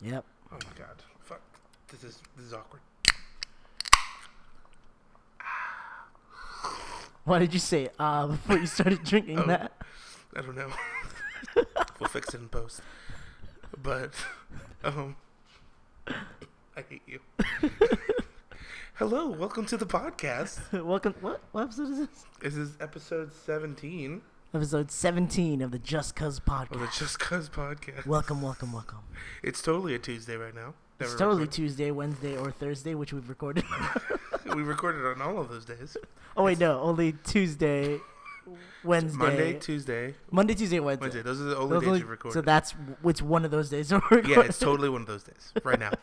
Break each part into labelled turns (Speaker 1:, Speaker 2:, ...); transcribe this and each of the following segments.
Speaker 1: Yep.
Speaker 2: Oh my god. Fuck. This is this is awkward.
Speaker 1: Why did you say ah before you started drinking
Speaker 2: Oh.
Speaker 1: that?
Speaker 2: I don't know. we'll fix it in post. But um I hate you. Hello, welcome to the podcast.
Speaker 1: Welcome. What, what episode is this?
Speaker 2: This is episode 17
Speaker 1: Episode 17 of the Just Cuz
Speaker 2: of the
Speaker 1: podcast.
Speaker 2: Just Cuz podcast.
Speaker 1: welcome, welcome, welcome.
Speaker 2: It's totally a Tuesday right now.
Speaker 1: It's
Speaker 2: Never
Speaker 1: totally
Speaker 2: recorded-
Speaker 1: Tuesday, Wednesday, or Thursday, which we've recorded.
Speaker 2: we recorded on all of those days.
Speaker 1: oh, wait, no. Only Tuesday, Wednesday.
Speaker 2: Monday, Tuesday,
Speaker 1: Monday, Tuesday, Wednesday.
Speaker 2: Wednesday. Those are the only
Speaker 1: Those
Speaker 2: days
Speaker 1: only-
Speaker 2: we recorded.
Speaker 1: so that's which one of those days we're recording.
Speaker 2: yeah, it's totally one of those days right now.
Speaker 1: Um,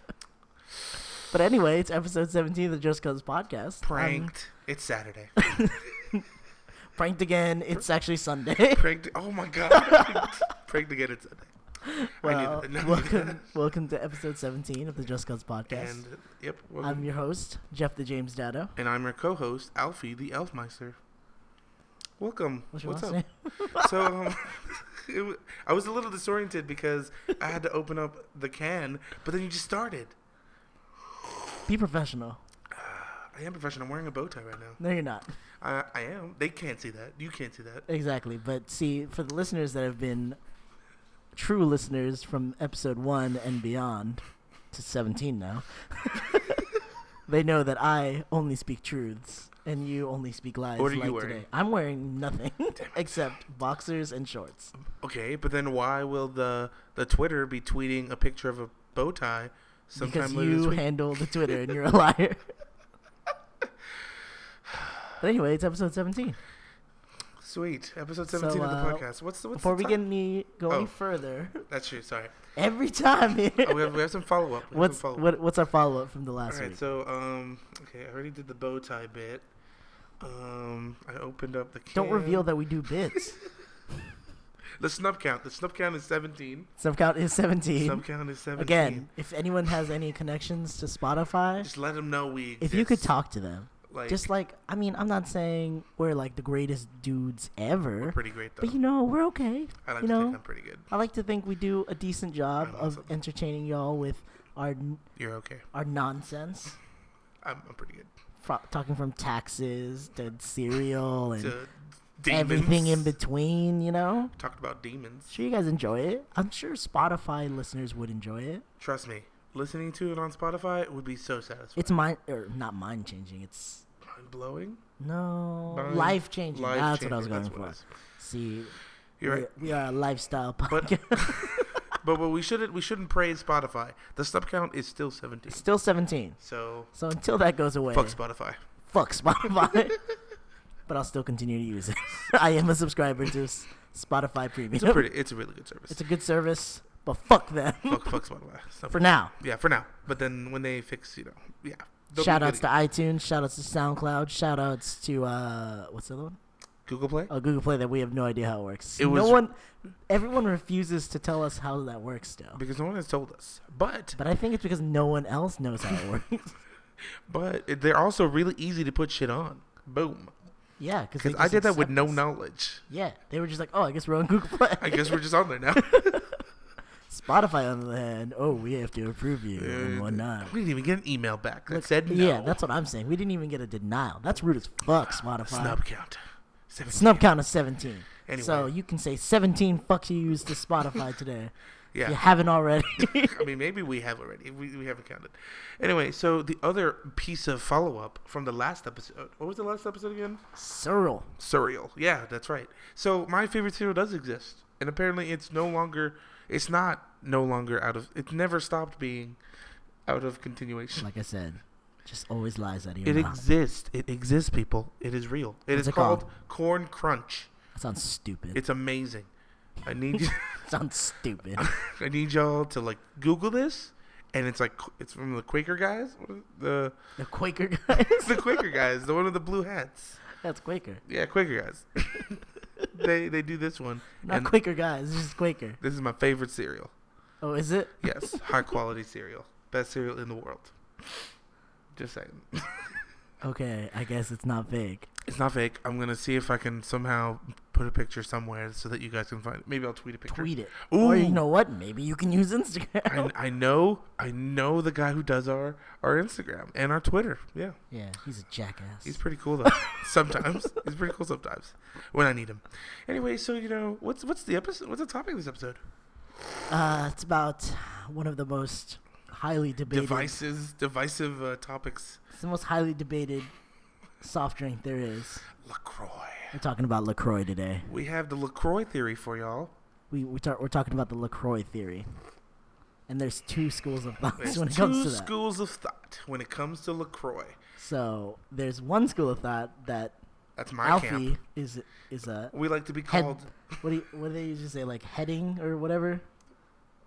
Speaker 1: But anyway, it's episode 17 of the Just Cuz podcast. Um, I'm
Speaker 2: Pranked. it's Saturday.
Speaker 1: pranked again. It's actually Sunday.
Speaker 2: Pranked. Oh my god. Pranked again. It's uh, Sunday.
Speaker 1: well,
Speaker 2: I knew that.
Speaker 1: Uh, welcome, welcome to episode 17 of the Just Cuz podcast.
Speaker 2: And yep. welcome.
Speaker 1: I'm your host, Jeff the James Dado.
Speaker 2: and I'm your co-host Alfie the Elfmeister. Welcome.
Speaker 1: What's your
Speaker 2: What's
Speaker 1: last
Speaker 2: up?
Speaker 1: name?
Speaker 2: so um, it w- I was a little disoriented because I had to open up the can, but then you just started.
Speaker 1: Be professional.
Speaker 2: I am professional. I'm wearing a bow tie right now.
Speaker 1: No, you're not.
Speaker 2: I, I am. They can't see that. You can't see that.
Speaker 1: Exactly. But see, for the listeners that have been true listeners from episode one and beyond to 17 now, they know that I only speak truths and you only speak lies.
Speaker 2: What are you
Speaker 1: like
Speaker 2: wearing?
Speaker 1: Today. I'm wearing nothing except boxers and shorts.
Speaker 2: Okay, but then why will the the Twitter be tweeting a picture of a bow tie sometime
Speaker 1: because
Speaker 2: later
Speaker 1: you
Speaker 2: this week?
Speaker 1: handle the Twitter and you're a liar. But anyway, it's episode 17.
Speaker 2: Sweet. Episode
Speaker 1: So,
Speaker 2: 17 of the
Speaker 1: uh,
Speaker 2: podcast. What's the what's
Speaker 1: Before
Speaker 2: the
Speaker 1: we get any, go
Speaker 2: Oh.
Speaker 1: any further,
Speaker 2: That's true. Sorry.
Speaker 1: every time here,
Speaker 2: Oh, we have we have some follow up.
Speaker 1: what's what, what's our follow up from the
Speaker 2: All
Speaker 1: last
Speaker 2: right.
Speaker 1: week?
Speaker 2: So um, okay, I already did the bow tie bit. Um, I opened up the. Can.
Speaker 1: Don't reveal that we do bits.
Speaker 2: The snub count. The snub count is 17.
Speaker 1: Sub count is 17.
Speaker 2: Snub count is 17.
Speaker 1: Again, if anyone has any connections to Spotify,
Speaker 2: Just let them know we.
Speaker 1: if you could
Speaker 2: exist.
Speaker 1: talk to them,
Speaker 2: like,
Speaker 1: just like I mean, I'm not saying we're like the greatest dudes ever,
Speaker 2: pretty great though.
Speaker 1: but you know, we're okay.
Speaker 2: I like
Speaker 1: you
Speaker 2: to
Speaker 1: know,
Speaker 2: think I'm pretty good.
Speaker 1: I like to think we do a decent job
Speaker 2: I'm
Speaker 1: of
Speaker 2: awesome.
Speaker 1: entertaining y'all with our n-
Speaker 2: You're okay.
Speaker 1: our nonsense,
Speaker 2: I'm, I'm pretty good.
Speaker 1: fro- talking from taxes to cereal and
Speaker 2: To demons.
Speaker 1: everything in between. You know,
Speaker 2: Talked about demons.
Speaker 1: sure you guys enjoy it. I'm sure Spotify listeners would enjoy it.
Speaker 2: Trust me, listening to it on Spotify would be so satisfying.
Speaker 1: It's mind or not mind changing. It's
Speaker 2: mind blowing.
Speaker 1: no life changing. That's what I was going for. See,
Speaker 2: You're
Speaker 1: we-
Speaker 2: right.
Speaker 1: we are a lifestyle
Speaker 2: But-
Speaker 1: podcast.
Speaker 2: But what we shouldn't we shouldn't praise Spotify. The sub count is still 17.
Speaker 1: Still 17.
Speaker 2: So
Speaker 1: So until that goes away,
Speaker 2: fuck Spotify.
Speaker 1: fuck Spotify. but I'll still continue to use it. I am a subscriber to S- Spotify Premium.
Speaker 2: It's a pretty it's a really good service.
Speaker 1: It's a good service, but fuck them
Speaker 2: fuck fuck Spotify. So-
Speaker 1: for now.
Speaker 2: yeah, for now. But then when they fix, you know, yeah. they'll be
Speaker 1: Shout outs to
Speaker 2: good
Speaker 1: iTunes, shout outs to SoundCloud, shout outs to uh what's the other one?
Speaker 2: again. Google Play.
Speaker 1: Oh, Google Play that we have no idea how it works.
Speaker 2: It
Speaker 1: no
Speaker 2: was-
Speaker 1: one everyone refuses to tell us how that works still.
Speaker 2: Because no one has told us. But
Speaker 1: But I think it's because no one else knows how it works.
Speaker 2: but it- they're also really easy to put shit on. Boom.
Speaker 1: yeah, because
Speaker 2: Because I did that with no knowledge.
Speaker 1: Yeah, they were just like, oh, I guess we're on Google Play.
Speaker 2: I guess we're just on there now.
Speaker 1: Spotify on the other hand, oh, we have to approve you and whatnot.
Speaker 2: we didn't even get an email back that
Speaker 1: Look,
Speaker 2: said no.
Speaker 1: Yeah, that's what I'm saying. We didn't even get a denial. That's rude as fuck, Spotify.
Speaker 2: snub count. 17.
Speaker 1: Snub count is 17.
Speaker 2: Anyway.
Speaker 1: So you can say 17 fucks you used to Spotify today. If you
Speaker 2: Yeah.
Speaker 1: haven't already.
Speaker 2: I mean, maybe we have already. We, we haven't counted. Anyway, so the other piece of follow up from the last episode. What was the last episode again?
Speaker 1: Cyril.
Speaker 2: Surreal. Yeah, that's right. So my favorite cereal does exist, and apparently it's no longer. It's not no longer out of. It never stopped being out of continuation.
Speaker 1: Like I said, just always lies out of your
Speaker 2: It
Speaker 1: mouth.
Speaker 2: exists. It exists, people. It is real. It
Speaker 1: What's
Speaker 2: is
Speaker 1: it
Speaker 2: called,
Speaker 1: called?
Speaker 2: Corn Crunch.
Speaker 1: that sounds stupid.
Speaker 2: It's amazing. I need you.
Speaker 1: sounds stupid.
Speaker 2: I need y'all to like Google this, and it's like it's from the Quaker guys. What is- The
Speaker 1: the Quaker guys?
Speaker 2: the Quaker guys, the one with the blue hats.
Speaker 1: That's Quaker.
Speaker 2: Yeah, Quaker guys. they they do this one,
Speaker 1: Not
Speaker 2: and
Speaker 1: Quaker guys, it's just Quaker.
Speaker 2: this is my favorite cereal.
Speaker 1: Oh, is it?
Speaker 2: Yes, high quality cereal, best cereal in the world. Just saying,
Speaker 1: Okay, I guess it's not fake.
Speaker 2: it's not fake. I'm gonna see if I can somehow put a picture somewhere so that you guys can find it. Maybe I'll tweet a picture.
Speaker 1: Tweet it.
Speaker 2: Ooh.
Speaker 1: Or you know what? Maybe you can use Instagram.
Speaker 2: I, I know, I know the guy who does our our Instagram and our Twitter. Yeah,
Speaker 1: yeah, he's a jackass.
Speaker 2: he's pretty cool though. sometimes he's pretty cool. Sometimes when I need him. Anyway, so you know what's what's the episode? What's the topic of this episode?
Speaker 1: Uh, it's about one of the most highly debated.
Speaker 2: Devices, divisive uh, topics.
Speaker 1: It's the most highly debated soft drink there is.
Speaker 2: Lacroix.
Speaker 1: We're talking about Lacroix today.
Speaker 2: We have the Lacroix theory for y'all.
Speaker 1: We we tar- we're talking about the Lacroix theory, and there's two schools of thought
Speaker 2: There's
Speaker 1: when it comes
Speaker 2: two
Speaker 1: to that.
Speaker 2: schools of thought when it comes to Lacroix.
Speaker 1: So there's one school of thought that
Speaker 2: That's my
Speaker 1: Alfie
Speaker 2: camp.
Speaker 1: is is a
Speaker 2: We like to be
Speaker 1: head.
Speaker 2: called.
Speaker 1: What do you, what do they usually say? Like heading or whatever.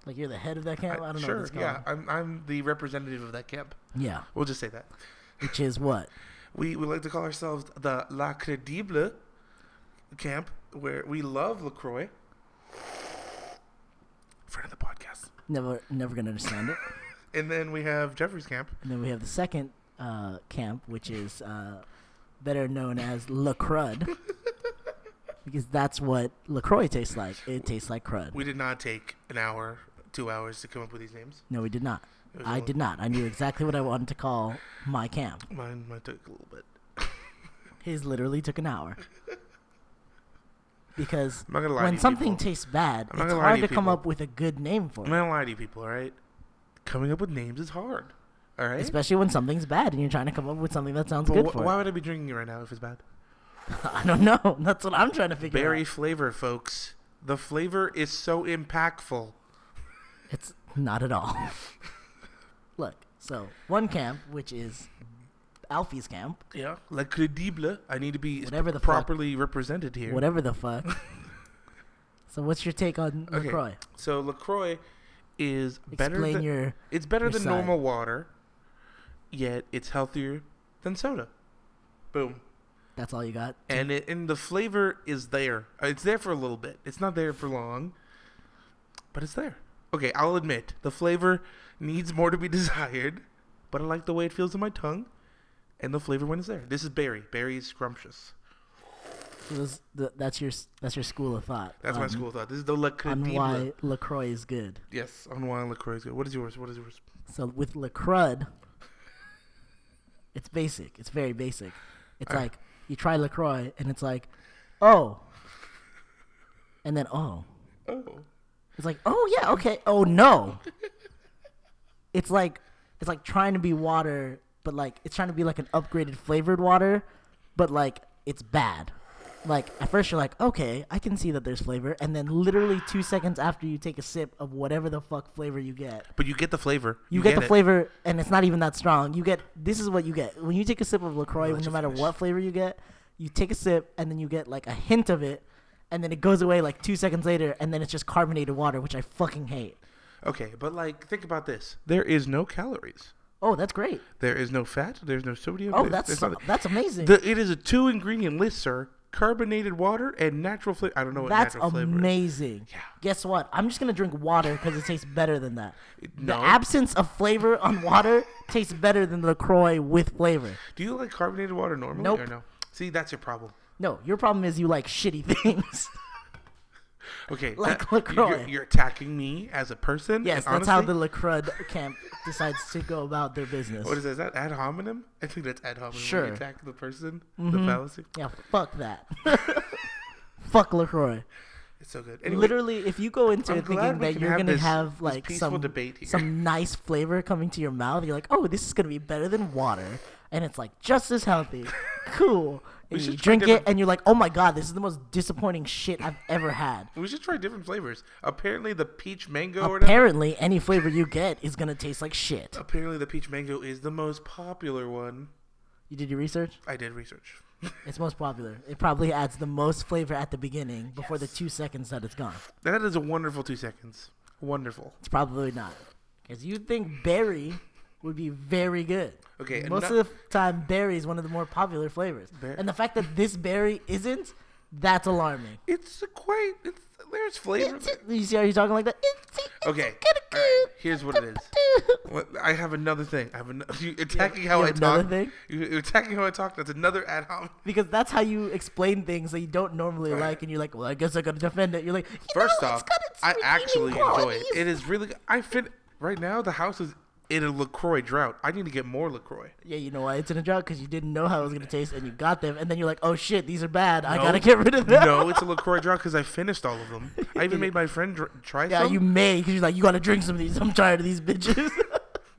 Speaker 1: Like you're the head of that camp. I, don't know
Speaker 2: sure,
Speaker 1: what it's called.
Speaker 2: yeah, I'm I'm the representative of that camp.
Speaker 1: yeah.
Speaker 2: We'll just say that.
Speaker 1: Which is what
Speaker 2: We we like to call ourselves the La Credible camp, where we love Lacroix. Friend of the podcast,
Speaker 1: never never gonna understand it.
Speaker 2: and then we have Jeffrey's camp.
Speaker 1: And then we have the second uh, camp, which is uh, better known as La Crud, because that's what Lacroix tastes like. It tastes like crud.
Speaker 2: We did not take an hour, two hours to come up with these names.
Speaker 1: no, we did not.
Speaker 2: It was
Speaker 1: I
Speaker 2: all-
Speaker 1: did not. I knew exactly what I wanted to call my camp.
Speaker 2: Mine might take a little bit.
Speaker 1: His literally took an hour. Because
Speaker 2: I'm not gonna lie. to
Speaker 1: when
Speaker 2: you
Speaker 1: something
Speaker 2: people.
Speaker 1: tastes bad,
Speaker 2: I'm not
Speaker 1: it's
Speaker 2: gonna lie
Speaker 1: hard
Speaker 2: to
Speaker 1: to
Speaker 2: you
Speaker 1: come
Speaker 2: people.
Speaker 1: up with a good name for
Speaker 2: I'm
Speaker 1: it.
Speaker 2: not gonna lie to you people. All right, coming up with names is hard. All right.
Speaker 1: Especially when something's bad and you're trying to come up with something that sounds
Speaker 2: But
Speaker 1: good
Speaker 2: wh-
Speaker 1: for
Speaker 2: why
Speaker 1: it.
Speaker 2: would I be drinking it right now if it's bad?
Speaker 1: I don't know. That's what I'm trying to figure
Speaker 2: Berry
Speaker 1: out.
Speaker 2: flavor, folks. The flavor is so impactful.
Speaker 1: It's not at all. Look, so one camp, which is Alfie's camp,
Speaker 2: Yeah. La credible. I need to be sp-
Speaker 1: Whatever the fuck.
Speaker 2: properly represented here.
Speaker 1: whatever the fuck. so what's your take on
Speaker 2: Okay,
Speaker 1: LaCroix?
Speaker 2: So LaCroix is better
Speaker 1: Explain
Speaker 2: than
Speaker 1: your
Speaker 2: it's better
Speaker 1: your
Speaker 2: than
Speaker 1: side.
Speaker 2: normal water, yet it's healthier than soda. Boom.
Speaker 1: that's all you got?
Speaker 2: And it, and the flavor is there. Uh, It's there for a little bit. It's not there for long. But it's there. Okay, I'll admit the flavor needs more to be desired, but I like the way it feels in my tongue, and the flavor when it's there. This is berry. Berry is scrumptious.
Speaker 1: So those- th- that's your s- that's your school of thought.
Speaker 2: That's my
Speaker 1: on-
Speaker 2: school of thought. This is the La
Speaker 1: on
Speaker 2: Credible.
Speaker 1: why LaCroix is good.
Speaker 2: Yes, on why LaCroix is good. What is yours? What is yours?
Speaker 1: So with LaCrud, it's basic. It's very basic. It's
Speaker 2: Alright.
Speaker 1: like you try LaCroix and it's like, oh. And then oh.
Speaker 2: Oh.
Speaker 1: It's like, oh yeah, okay. Oh no. it's like it's like trying to be water, but like it's trying to be like an upgraded flavored water, but like it's bad. Like at first you're like, okay, I can see that there's flavor, and then literally two seconds after you take a sip of whatever the fuck flavor you get,
Speaker 2: But you get the flavor.
Speaker 1: you, get, the
Speaker 2: it.
Speaker 1: flavor, and it's not even that strong. You get this is what you get when you take a sip of Lacroix.
Speaker 2: let
Speaker 1: No
Speaker 2: you
Speaker 1: matter
Speaker 2: finish.
Speaker 1: what flavor you get, you take a sip, and then you get like a hint of it, and then it goes away like two seconds later, and then it's just carbonated water, which I fucking hate.
Speaker 2: Okay, but like think about this. There is no calories.
Speaker 1: Oh, that's great.
Speaker 2: There is no fat. There's no sodium.
Speaker 1: Oh,
Speaker 2: there-
Speaker 1: that's
Speaker 2: there's nothing.
Speaker 1: that's amazing.
Speaker 2: The, it is a two ingredient list, sir. Carbonated water and natural flavor. I don't know what
Speaker 1: that's
Speaker 2: natural flavor. Is.
Speaker 1: amazing.
Speaker 2: Yeah.
Speaker 1: Guess what? I'm just gonna drink water because it tastes better than that. The
Speaker 2: no.
Speaker 1: absence of flavor on water tastes better than Lacroix with flavor.
Speaker 2: Do you like carbonated water normally
Speaker 1: Nope.
Speaker 2: or no? See, that's your problem.
Speaker 1: No, your problem is you like shitty things.
Speaker 2: Okay,
Speaker 1: Like
Speaker 2: that- you-
Speaker 1: LaCroix.
Speaker 2: You're, you're attacking me as a person.
Speaker 1: Yes,
Speaker 2: and
Speaker 1: that's how the
Speaker 2: honestly-
Speaker 1: LaCrud camp decides to go about their business.
Speaker 2: What is, that? Is that ad hominem? I think that's ad hominem. when you
Speaker 1: Sure. Mm-hmm.
Speaker 2: attack the person. The fallacy.
Speaker 1: yeah, fuck that. fuck LaCroix.
Speaker 2: It's so good. Anyway,
Speaker 1: Literally, if you go into
Speaker 2: I'm
Speaker 1: it
Speaker 2: glad
Speaker 1: thinking
Speaker 2: we
Speaker 1: that
Speaker 2: can
Speaker 1: you're
Speaker 2: have
Speaker 1: gonna
Speaker 2: this-
Speaker 1: have
Speaker 2: this
Speaker 1: like
Speaker 2: peaceful
Speaker 1: some
Speaker 2: debate here.
Speaker 1: some nice flavor coming to your mouth, you're like, oh, this is gonna be better than water, and it's like just as healthy. cool. And you
Speaker 2: should try
Speaker 1: drink it,
Speaker 2: different-
Speaker 1: and you're like, oh my god, this is the most disappointing shit I've ever had.
Speaker 2: we should try different flavors. Apparently, the peach mango or whatever.
Speaker 1: Apparently, any flavor you get is gonna taste like shit.
Speaker 2: Apparently, the peach mango is the most popular one.
Speaker 1: You did your research.
Speaker 2: I did research.
Speaker 1: It's most popular. It probably adds the most flavor at the beginning before the two seconds that it's gone.
Speaker 2: That is a wonderful two seconds. Wonderful.
Speaker 1: It's probably not. Because you'd think berry would be very good.
Speaker 2: Okay, and
Speaker 1: Most
Speaker 2: not-
Speaker 1: of the time, berry is one of the more popular flavors.
Speaker 2: Ber-
Speaker 1: and the fact that this berry isn't, that's alarming.
Speaker 2: It's a quite. It's, there's flavor.
Speaker 1: you see how you're talking like that?
Speaker 2: Okay. all right, Here's what it is. What- I have another thing. I have an, you attacking how
Speaker 1: you
Speaker 2: I
Speaker 1: have another
Speaker 2: talk.
Speaker 1: thing?
Speaker 2: You- You're attacking how I talk. That's another ad hominem.
Speaker 1: Because that's how you explain things that you don't normally like, and you're like, "Well, I guess I gotta defend it." You're like, "You
Speaker 2: First
Speaker 1: know,
Speaker 2: off,
Speaker 1: it's got its
Speaker 2: I
Speaker 1: redeeming
Speaker 2: actually enjoy it.
Speaker 1: qualities."
Speaker 2: It is really. I fit right now. The house is in a Lacroix drought. I need to get more Lacroix.
Speaker 1: Yeah, you know why it's in a drought? Because you didn't know how it was gonna taste, and you got them, and then you're like, "Oh shit, these are bad. I
Speaker 2: No.
Speaker 1: gotta get rid of them."
Speaker 2: no, it's a Lacroix drought because I finished all of them. I even made my friend dr- try
Speaker 1: Yeah,
Speaker 2: some.
Speaker 1: you may, because you're like, "You gotta drink some of these. I'm tired of these bitches."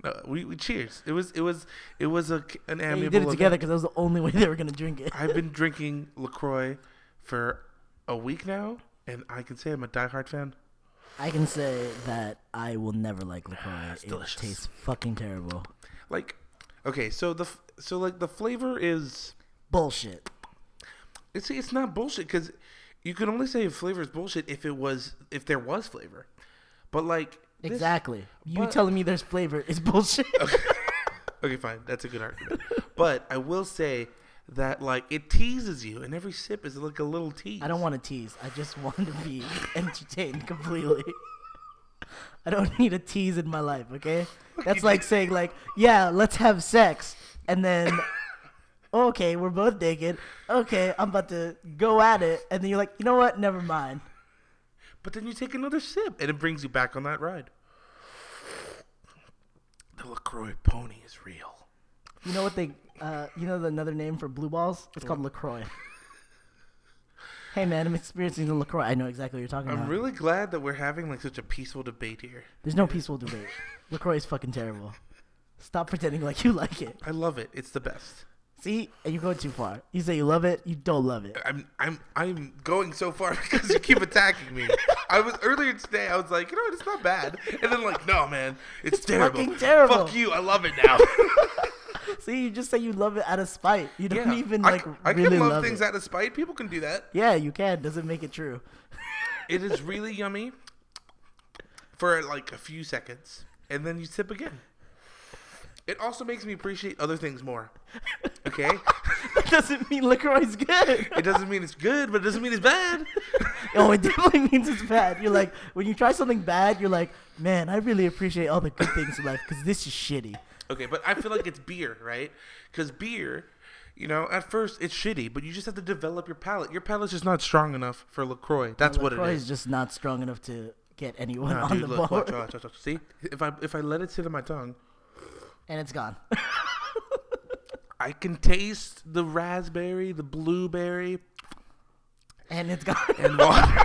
Speaker 2: No, Uh, we, we cheers. It was it was it was a c- an
Speaker 1: Yeah,
Speaker 2: amiable.
Speaker 1: you did it
Speaker 2: event.
Speaker 1: together because that was the only way they were gonna drink it.
Speaker 2: I've been drinking Lacroix for a week now, and I can say I'm a diehard fan.
Speaker 1: I can say that I will never like Lacroix. It
Speaker 2: delicious.
Speaker 1: tastes fucking terrible.
Speaker 2: Like, okay, so the f- so like the flavor is
Speaker 1: Bullshit.
Speaker 2: it's it's not bullshit because you can only say flavor is bullshit if it was if there was flavor, but like this-
Speaker 1: Exactly. You
Speaker 2: but-
Speaker 1: telling me there's flavor is bullshit.
Speaker 2: okay, fine, that's a good argument. but I will say that like it teases you, and every sip is like a little tease.
Speaker 1: I don't want to tease. I just want to be entertained completely. I don't need a tease in my life, okay? That's like saying like, yeah, let's have sex and then okay, we're both naked. Okay, I'm about to go at it and then you're like, "You know what? Never mind."
Speaker 2: But then you take another sip, and it brings you back on that ride. The Lacroix pony is real.
Speaker 1: You know what they uh, you know the another name for blue balls? It's called LaCroix. hey man, I'm experiencing the LaCroix. I know exactly what you're talking
Speaker 2: I'm
Speaker 1: about.
Speaker 2: really glad that we're having like such a peaceful debate here.
Speaker 1: There's no peaceful debate. LaCroix is fucking terrible. Stop pretending like you like it.
Speaker 2: I love it. It's the best.
Speaker 1: See, and you're going too far. You say you love it, you don't love it.
Speaker 2: I'm I'm I'm going so far because you keep attacking me. I was earlier today. I was like, you know what? It's not bad. And then like, no, man, it's, terrible.
Speaker 1: fucking terrible.
Speaker 2: Fuck you. I love it now.
Speaker 1: See, you just say you love it out of spite. You don't
Speaker 2: yeah.
Speaker 1: even
Speaker 2: I
Speaker 1: like
Speaker 2: c- I,
Speaker 1: really
Speaker 2: can love,
Speaker 1: love
Speaker 2: things
Speaker 1: it.
Speaker 2: out of spite. People can do that.
Speaker 1: yeah, you can. Doesn't make it true.
Speaker 2: It is really yummy for like a few seconds, and then you sip again. It also makes me appreciate other things more. Okay,
Speaker 1: that doesn't mean LaCroix is good.
Speaker 2: it doesn't mean it's good, but it doesn't mean it's bad.
Speaker 1: oh, it definitely means it's bad. You're like, when you try something bad, you're like, man, I really appreciate all the good things in life because this is shitty.
Speaker 2: Okay, but I feel like it's beer, right? Because beer, you know, at first it's shitty, but you just have to develop your palate. Your palate's just not strong enough for Lacroix. That's what it
Speaker 1: LaCroix
Speaker 2: is.
Speaker 1: is just not strong enough to get anyone
Speaker 2: Nah,
Speaker 1: on
Speaker 2: dude,
Speaker 1: the
Speaker 2: look,
Speaker 1: board.
Speaker 2: watch, watch, watch, watch. See, if I if I let it sit in my tongue,
Speaker 1: And it's gone.
Speaker 2: I can taste the raspberry, the blueberry,
Speaker 1: and it's gone.
Speaker 2: and water.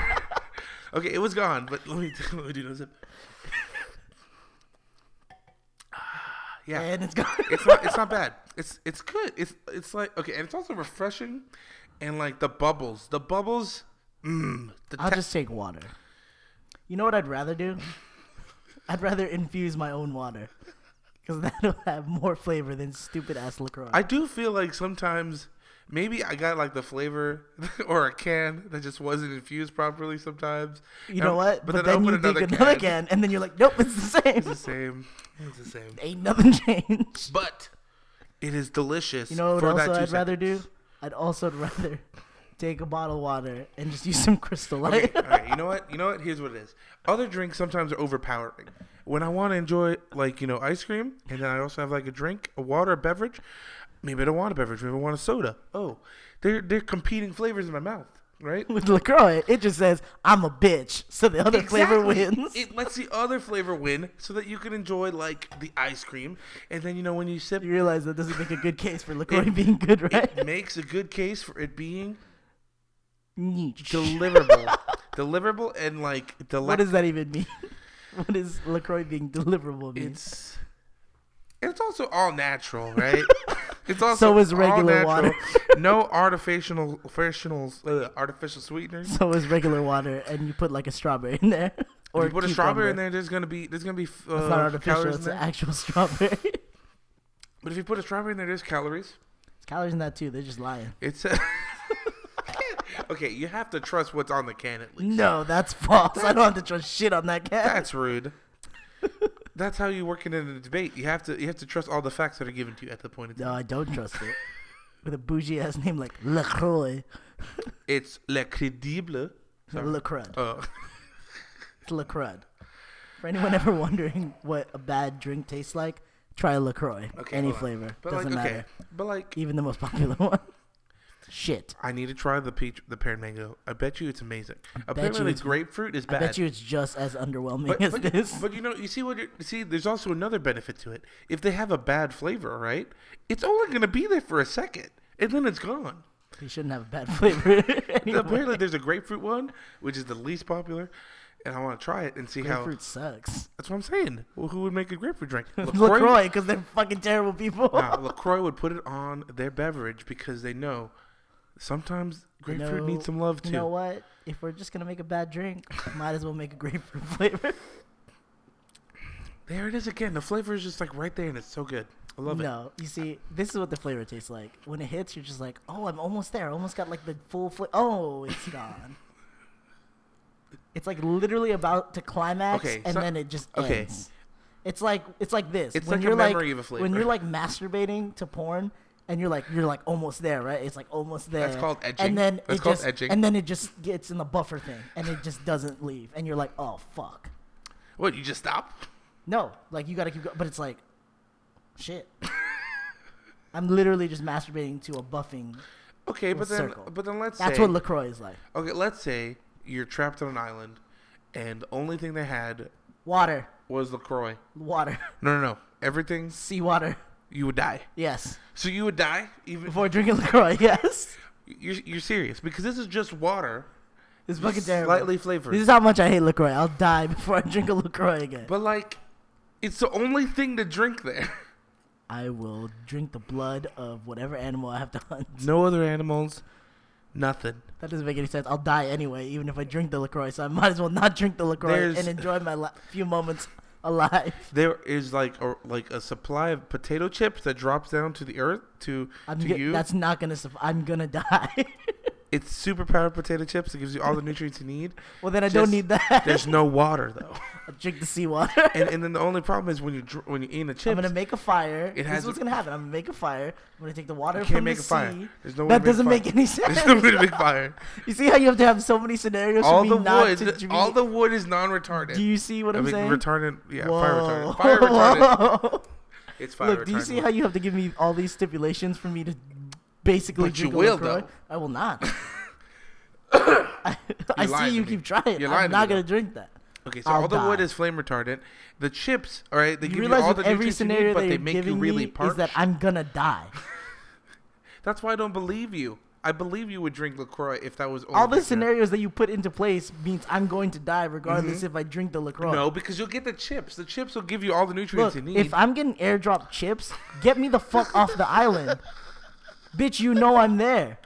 Speaker 2: okay, it was gone, but let me, let me do another sip. Ah, yeah,
Speaker 1: and it's gone.
Speaker 2: it's not it's not bad. It's it's good. It's it's like okay, and it's also refreshing, and like the bubbles, the bubbles. Mm, the
Speaker 1: I'll
Speaker 2: te-
Speaker 1: just take water. You know what I'd rather do? I'd rather infuse my own water. Because that'll have more flavor than stupid ass LaCroix.
Speaker 2: I do feel like sometimes maybe I got like the flavor or a can that just wasn't infused properly sometimes.
Speaker 1: you
Speaker 2: And-
Speaker 1: know what? But, then,
Speaker 2: I
Speaker 1: you
Speaker 2: um, open
Speaker 1: think another can, and then you're like, nope, it's the same.
Speaker 2: It's the same. It's the same.
Speaker 1: Ain't nothing changed.
Speaker 2: But it is delicious.
Speaker 1: You know what
Speaker 2: for
Speaker 1: else
Speaker 2: that
Speaker 1: I'd
Speaker 2: two
Speaker 1: rather
Speaker 2: seconds.
Speaker 1: do? I'd also rather take a bottle of water and just use some crystal light.
Speaker 2: Okay, uh, all right, you know what? You know what? Here's what it is. Other drinks sometimes are overpowering. When I want to enjoy, like you know, ice cream, and then I also have like a drink, a water, a beverage. Maybe I don't want a beverage. Maybe I want a soda. Oh, they're they're competing flavors in my mouth, right?
Speaker 1: With LaCroix, it just says, I'm a bitch. So the other flavor
Speaker 2: Exactly.
Speaker 1: wins.
Speaker 2: It lets the other flavor win, so that you can enjoy like the ice cream, and then you know when you sip,
Speaker 1: you realize that doesn't make a good case for LaCroix being good, right?
Speaker 2: it makes a good case for it being
Speaker 1: Niche.
Speaker 2: deliverable, deliverable, and like
Speaker 1: What
Speaker 2: delectable.
Speaker 1: does that even mean? what is LaCroix being deliverable mean?
Speaker 2: It's it's also all natural, right? it's also
Speaker 1: So is
Speaker 2: all
Speaker 1: regular
Speaker 2: natural.
Speaker 1: water.
Speaker 2: no artificial artificial uh, artificial sweeteners.
Speaker 1: so is regular water, and you put like a strawberry in there.
Speaker 2: Or if you put a strawberry in there, there's gonna be there's gonna be uh,
Speaker 1: It's not artificial,
Speaker 2: calories in
Speaker 1: it's an
Speaker 2: there.
Speaker 1: actual strawberry.
Speaker 2: But if you put a strawberry in there, there's calories.
Speaker 1: calories in that too, they're just lying.
Speaker 2: It's a okay. You have to trust what's on the can at least.
Speaker 1: No, that's false. I don't have to trust shit on that cat.
Speaker 2: That's rude. That's how you work in a debate. You have to you have to trust all the facts that are given to you at the point in time.
Speaker 1: No, I don't trust it. With a bougie ass name like LaCroix.
Speaker 2: It's le crédible. Sorry.
Speaker 1: LaCrud.
Speaker 2: Oh.
Speaker 1: It's LaCrud. For anyone ever wondering what a bad drink tastes like, try LaCroix.
Speaker 2: Okay,
Speaker 1: Any
Speaker 2: hold on.
Speaker 1: flavor.
Speaker 2: But
Speaker 1: Doesn't
Speaker 2: like,
Speaker 1: matter.
Speaker 2: okay, but like,
Speaker 1: Even the most popular one. Shit.
Speaker 2: I need to try the peach, the pear mango. I bet you it's amazing.
Speaker 1: you
Speaker 2: Apparently, the
Speaker 1: it's-
Speaker 2: grapefruit is
Speaker 1: I
Speaker 2: bad.
Speaker 1: bet you it's just as underwhelming
Speaker 2: but,
Speaker 1: as
Speaker 2: but,
Speaker 1: this.
Speaker 2: but you know, you see what you see. There's also another benefit to it. If they have a bad flavor, right? It's only going to be there for a second, and then it's gone.
Speaker 1: you shouldn't have a bad flavor. anyway.
Speaker 2: Apparently, there's a grapefruit one, which is the least popular, and I want to try it and see how.
Speaker 1: Grapefruit sucks.
Speaker 2: That's what I'm saying. Well, who would make a grapefruit drink?
Speaker 1: LaCroix, because they're fucking terrible people.
Speaker 2: Nah, LaCroix would put it on their beverage because they know sometimes
Speaker 1: You
Speaker 2: grapefruit
Speaker 1: know-
Speaker 2: needs some love too.
Speaker 1: You know what? If we're just gonna make a bad drink, might as well make a grapefruit flavor.
Speaker 2: There it is again. The flavor is just like right there, and it's so good. I love it.
Speaker 1: no, you see, this is what the flavor tastes like. When it hits, you're just like, oh, I'm almost there. I almost got like the full flavor. Oh, it's gone. it's like literally about to climax,
Speaker 2: Okay,
Speaker 1: and
Speaker 2: so-
Speaker 1: then it just
Speaker 2: okay.
Speaker 1: ends. It's like it's like this.
Speaker 2: It's
Speaker 1: when
Speaker 2: like a
Speaker 1: you're like
Speaker 2: memory of a
Speaker 1: when you're
Speaker 2: flavor.
Speaker 1: like masturbating to porn. And you're like you're like almost there, right? It's like almost there.
Speaker 2: called edging.
Speaker 1: And then
Speaker 2: That's
Speaker 1: it
Speaker 2: called
Speaker 1: just,
Speaker 2: edging.
Speaker 1: And then it just gets in the buffer thing, and it just doesn't leave. And you're like, oh fuck.
Speaker 2: What? You just stop?
Speaker 1: No, like you gotta keep going. But it's like, shit. I'm literally just masturbating to a buffing.
Speaker 2: Okay, but
Speaker 1: Let's
Speaker 2: then,
Speaker 1: circle.
Speaker 2: but then let's
Speaker 1: That's
Speaker 2: say
Speaker 1: what Lacroix is like.
Speaker 2: okay, let's say you're trapped on an island, and the only thing they had
Speaker 1: Water,
Speaker 2: was Lacroix.
Speaker 1: water,
Speaker 2: No, no, no. Everything
Speaker 1: seawater.
Speaker 2: you would die.
Speaker 1: Yes,
Speaker 2: So you would die even.
Speaker 1: before drinking Lacroix. Yes,
Speaker 2: You're you're serious because this is just water,
Speaker 1: it's fucking terrible.
Speaker 2: slightly flavored.
Speaker 1: This is how much I hate Lacroix. I'll die before I drink a Lacroix again.
Speaker 2: But like, it's the only thing to drink there.
Speaker 1: I will drink the blood of whatever animal I have to hunt.
Speaker 2: No other animals, nothing.
Speaker 1: That doesn't make any sense. I'll die anyway, even if I drink the Lacroix. So I might as well not drink the Lacroix
Speaker 2: There's-
Speaker 1: and enjoy my la- few moments alive.
Speaker 2: There is like a like a supply of potato chips that drops down to the earth to
Speaker 1: I'm
Speaker 2: to
Speaker 1: ge-
Speaker 2: you.
Speaker 1: That's not gonna. Suff- I'm gonna die.
Speaker 2: It's super powered potato chips. It gives you all the nutrients you need.
Speaker 1: well, then I don't
Speaker 2: Just-
Speaker 1: need that.
Speaker 2: There's no water though,
Speaker 1: I'll drink the seawater.
Speaker 2: and and then the only problem is when you dr- when you eat the
Speaker 1: I'm
Speaker 2: chips,
Speaker 1: gonna make a fire.
Speaker 2: It
Speaker 1: this
Speaker 2: has
Speaker 1: is what's
Speaker 2: a-
Speaker 1: gonna happen. I'm gonna make a fire. I'm gonna take the water
Speaker 2: you
Speaker 1: from
Speaker 2: can't make
Speaker 1: the
Speaker 2: a fire.
Speaker 1: sea.
Speaker 2: There's no way to
Speaker 1: That doesn't make
Speaker 2: a fire.
Speaker 1: any sense.
Speaker 2: There's no way to make fire.
Speaker 1: you see how you have to have so many scenarios
Speaker 2: all
Speaker 1: for me
Speaker 2: the
Speaker 1: not
Speaker 2: wood,
Speaker 1: to be-
Speaker 2: all the wood is non-retarded.
Speaker 1: Do you see what
Speaker 2: I
Speaker 1: I'm
Speaker 2: mean,
Speaker 1: saying?
Speaker 2: retardant. Yeah,
Speaker 1: Whoa.
Speaker 2: fire retardant. Fire retardant.
Speaker 1: Whoa.
Speaker 2: It's fire
Speaker 1: Look,
Speaker 2: retardant.
Speaker 1: do you see how you have to give me all these stipulations for me to basically
Speaker 2: But you
Speaker 1: drink a
Speaker 2: will,
Speaker 1: LaCroix?
Speaker 2: though.
Speaker 1: I will not. I, I
Speaker 2: You're lying
Speaker 1: see you
Speaker 2: to me.
Speaker 1: keep trying.
Speaker 2: You're lying to
Speaker 1: I'm
Speaker 2: me,
Speaker 1: not gonna
Speaker 2: though.
Speaker 1: drink that.
Speaker 2: Okay, so
Speaker 1: I'll
Speaker 2: all the wood
Speaker 1: die.
Speaker 2: is flame retardant. The chips, all right, they
Speaker 1: you
Speaker 2: give you
Speaker 1: realize
Speaker 2: all
Speaker 1: with
Speaker 2: the
Speaker 1: every
Speaker 2: nutrients you
Speaker 1: scenario
Speaker 2: need,
Speaker 1: that
Speaker 2: but they
Speaker 1: you're
Speaker 2: make you
Speaker 1: giving
Speaker 2: really
Speaker 1: me is
Speaker 2: parched.
Speaker 1: that I'm gonna die.
Speaker 2: That's why I don't believe you. I believe you would drink Lacroix if that was only
Speaker 1: All the
Speaker 2: drink.
Speaker 1: scenarios that you put into place means I'm going to die regardless
Speaker 2: Mm-hmm.
Speaker 1: if I drink the Lacroix.
Speaker 2: No, because you'll get the chips. The chips will give you all the nutrients
Speaker 1: look,
Speaker 2: you need.
Speaker 1: if I'm getting airdrop chips, get me the fuck off the island, bitch. You know I'm there.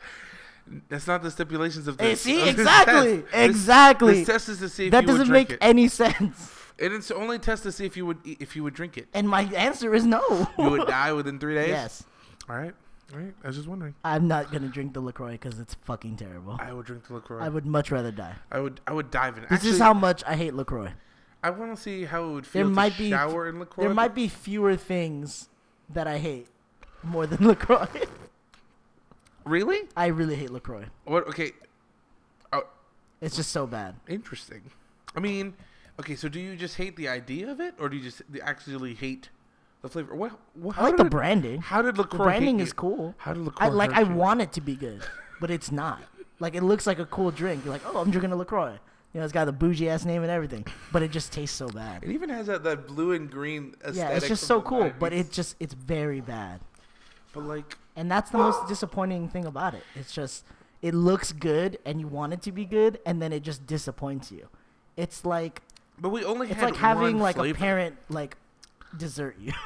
Speaker 2: That's not the stipulations of
Speaker 1: Hey,
Speaker 2: this.
Speaker 1: see,
Speaker 2: of this
Speaker 1: exactly,
Speaker 2: test. This-
Speaker 1: exactly.
Speaker 2: This test is to see if
Speaker 1: that
Speaker 2: you would
Speaker 1: doesn't
Speaker 2: drink
Speaker 1: make
Speaker 2: it.
Speaker 1: any sense.
Speaker 2: and it's the only test to see if you would eat, if you would drink it.
Speaker 1: And my answer is no.
Speaker 2: You would die eh? within three days.
Speaker 1: yes,
Speaker 2: All right. All right. I was just wondering.
Speaker 1: I'm not gonna drink the Lacroix because it's fucking terrible.
Speaker 2: I would drink the Lacroix.
Speaker 1: I would much rather die.
Speaker 2: I would. I would dive in.
Speaker 1: This
Speaker 2: Actually,
Speaker 1: is how much I hate Lacroix.
Speaker 2: I want to see how it would feel
Speaker 1: There
Speaker 2: to
Speaker 1: might be
Speaker 2: shower in Lacroix.
Speaker 1: there might be fewer things that I hate more than Lacroix.
Speaker 2: Really?
Speaker 1: I really hate Lacroix.
Speaker 2: What? Okay. Oh,
Speaker 1: It's just so bad.
Speaker 2: interesting. I mean, okay. So, do you just hate the idea of it, or do you just the- actually hate the flavor? What? what
Speaker 1: I like the branding.
Speaker 2: How did Lacroix?
Speaker 1: The branding
Speaker 2: hate
Speaker 1: is
Speaker 2: you?
Speaker 1: cool.
Speaker 2: How did Lacroix?
Speaker 1: I like. I
Speaker 2: hurt you?
Speaker 1: want it to be good, but it's not. Like it looks like a cool drink. You're like, oh, I'm drinking a Lacroix. You know, it's got the bougie ass name and everything, but it just tastes so bad.
Speaker 2: It even has that, that blue and green aesthetic.
Speaker 1: Yeah, it's just
Speaker 2: from
Speaker 1: so
Speaker 2: the
Speaker 1: cool, but
Speaker 2: 90s.
Speaker 1: it just it's very bad,
Speaker 2: But like,
Speaker 1: and that's the most disappointing thing about it. It's just it looks good and you want it to be good, and then it just disappoints you. It's like
Speaker 2: but we only
Speaker 1: it's
Speaker 2: had
Speaker 1: like having
Speaker 2: one
Speaker 1: like
Speaker 2: flavor.
Speaker 1: a parent like desert you.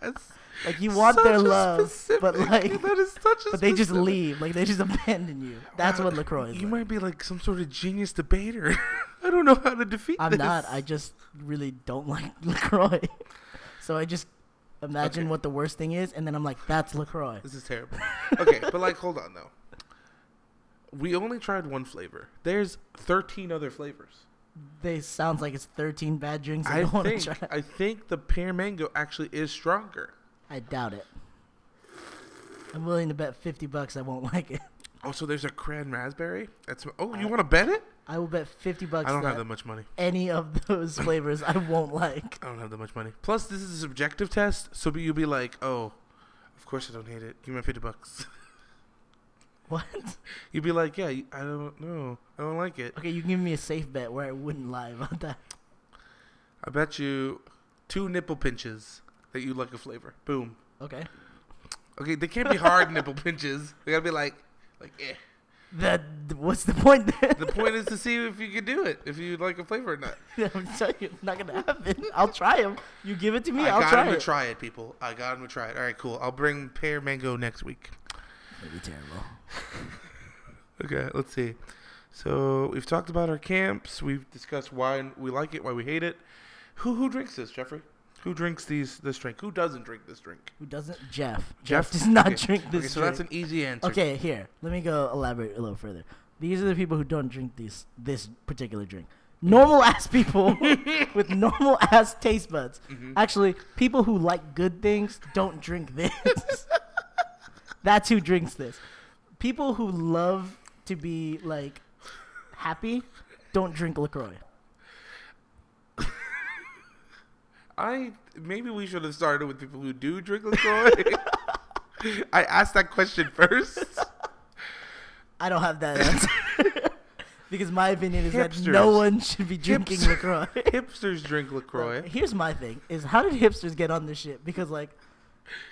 Speaker 2: That's
Speaker 1: like you want
Speaker 2: such
Speaker 1: their
Speaker 2: a
Speaker 1: love, but
Speaker 2: specific-
Speaker 1: like
Speaker 2: that is such a
Speaker 1: but they just
Speaker 2: specific-
Speaker 1: leave. Like they just abandon you. That's
Speaker 2: Wow,
Speaker 1: what Lacroix is.
Speaker 2: You
Speaker 1: like.
Speaker 2: might be like some sort of genius debater. I don't know how to defeat.
Speaker 1: I'm
Speaker 2: this.
Speaker 1: not. I just really don't like Lacroix. so I just imagine
Speaker 2: Okay.
Speaker 1: what the worst thing is, and then I'm like, that's Lacroix.
Speaker 2: This is terrible. Okay, but like, hold on though. We only tried one flavor. There's 13 other flavors.
Speaker 1: They sounds like it's 13 bad drinks. I,
Speaker 2: I
Speaker 1: don't want to
Speaker 2: think
Speaker 1: try.
Speaker 2: I think the pear mango actually is stronger.
Speaker 1: I doubt it. I'm willing to bet 50 bucks I won't like it.
Speaker 2: Also, there's a cran raspberry. That's oh, you want to bet it?
Speaker 1: I will bet fifty bucks
Speaker 2: I don't
Speaker 1: that
Speaker 2: have that much money.
Speaker 1: any of those flavors I won't like.
Speaker 2: I don't have that much money. Plus, this is a subjective test, so be- you'll be like, oh, of course I don't hate it. Give me my 50 bucks.
Speaker 1: What?
Speaker 2: You'd be like, yeah, you- I don't know. I don't like it.
Speaker 1: Okay, you can give me a safe bet where I wouldn't lie about that.
Speaker 2: I bet you two nipple pinches that you like a flavor. Boom.
Speaker 1: Okay.
Speaker 2: Okay, they can't be hard nipple pinches. They gotta be like, like, eh.
Speaker 1: That what's the point then?
Speaker 2: The point is to see if you could do it, if you like a flavor or not.
Speaker 1: I'm telling you, it's not gonna happen. I'll try them. You give it to me,
Speaker 2: I
Speaker 1: I'll
Speaker 2: got
Speaker 1: try
Speaker 2: him to
Speaker 1: it.
Speaker 2: try it, people. I got him to try it. All right, cool. I'll bring pear mango next week.
Speaker 1: That'd be terrible.
Speaker 2: Okay, let's see. So we've talked about our camps. We've discussed why we like it, why we hate it. Who who drinks this, Jeffrey? Who drinks these this drink? Who doesn't drink this drink?
Speaker 1: Who doesn't? Jeff.
Speaker 2: Jeff?
Speaker 1: Jeff, does not
Speaker 2: Okay.
Speaker 1: drink this.
Speaker 2: okay, so that's an
Speaker 1: drink.
Speaker 2: easy answer.
Speaker 1: okay. Here, let me go elaborate a little further. These are the people who don't drink this this particular drink. Normal ass people with normal ass taste buds. Actually, people who like good things don't drink this. that's who drinks this. People who love to be like happy don't drink Lacroix.
Speaker 2: I maybe we should have started with people who do drink Lacroix. I asked that question first.
Speaker 1: I don't have that answer. because my opinion is that no
Speaker 2: Hipsters.
Speaker 1: one should be drinking
Speaker 2: Hipster-
Speaker 1: LaCroix.
Speaker 2: Hipsters drink Lacroix.
Speaker 1: Here's my thing is how did hipsters get on this shit? Because like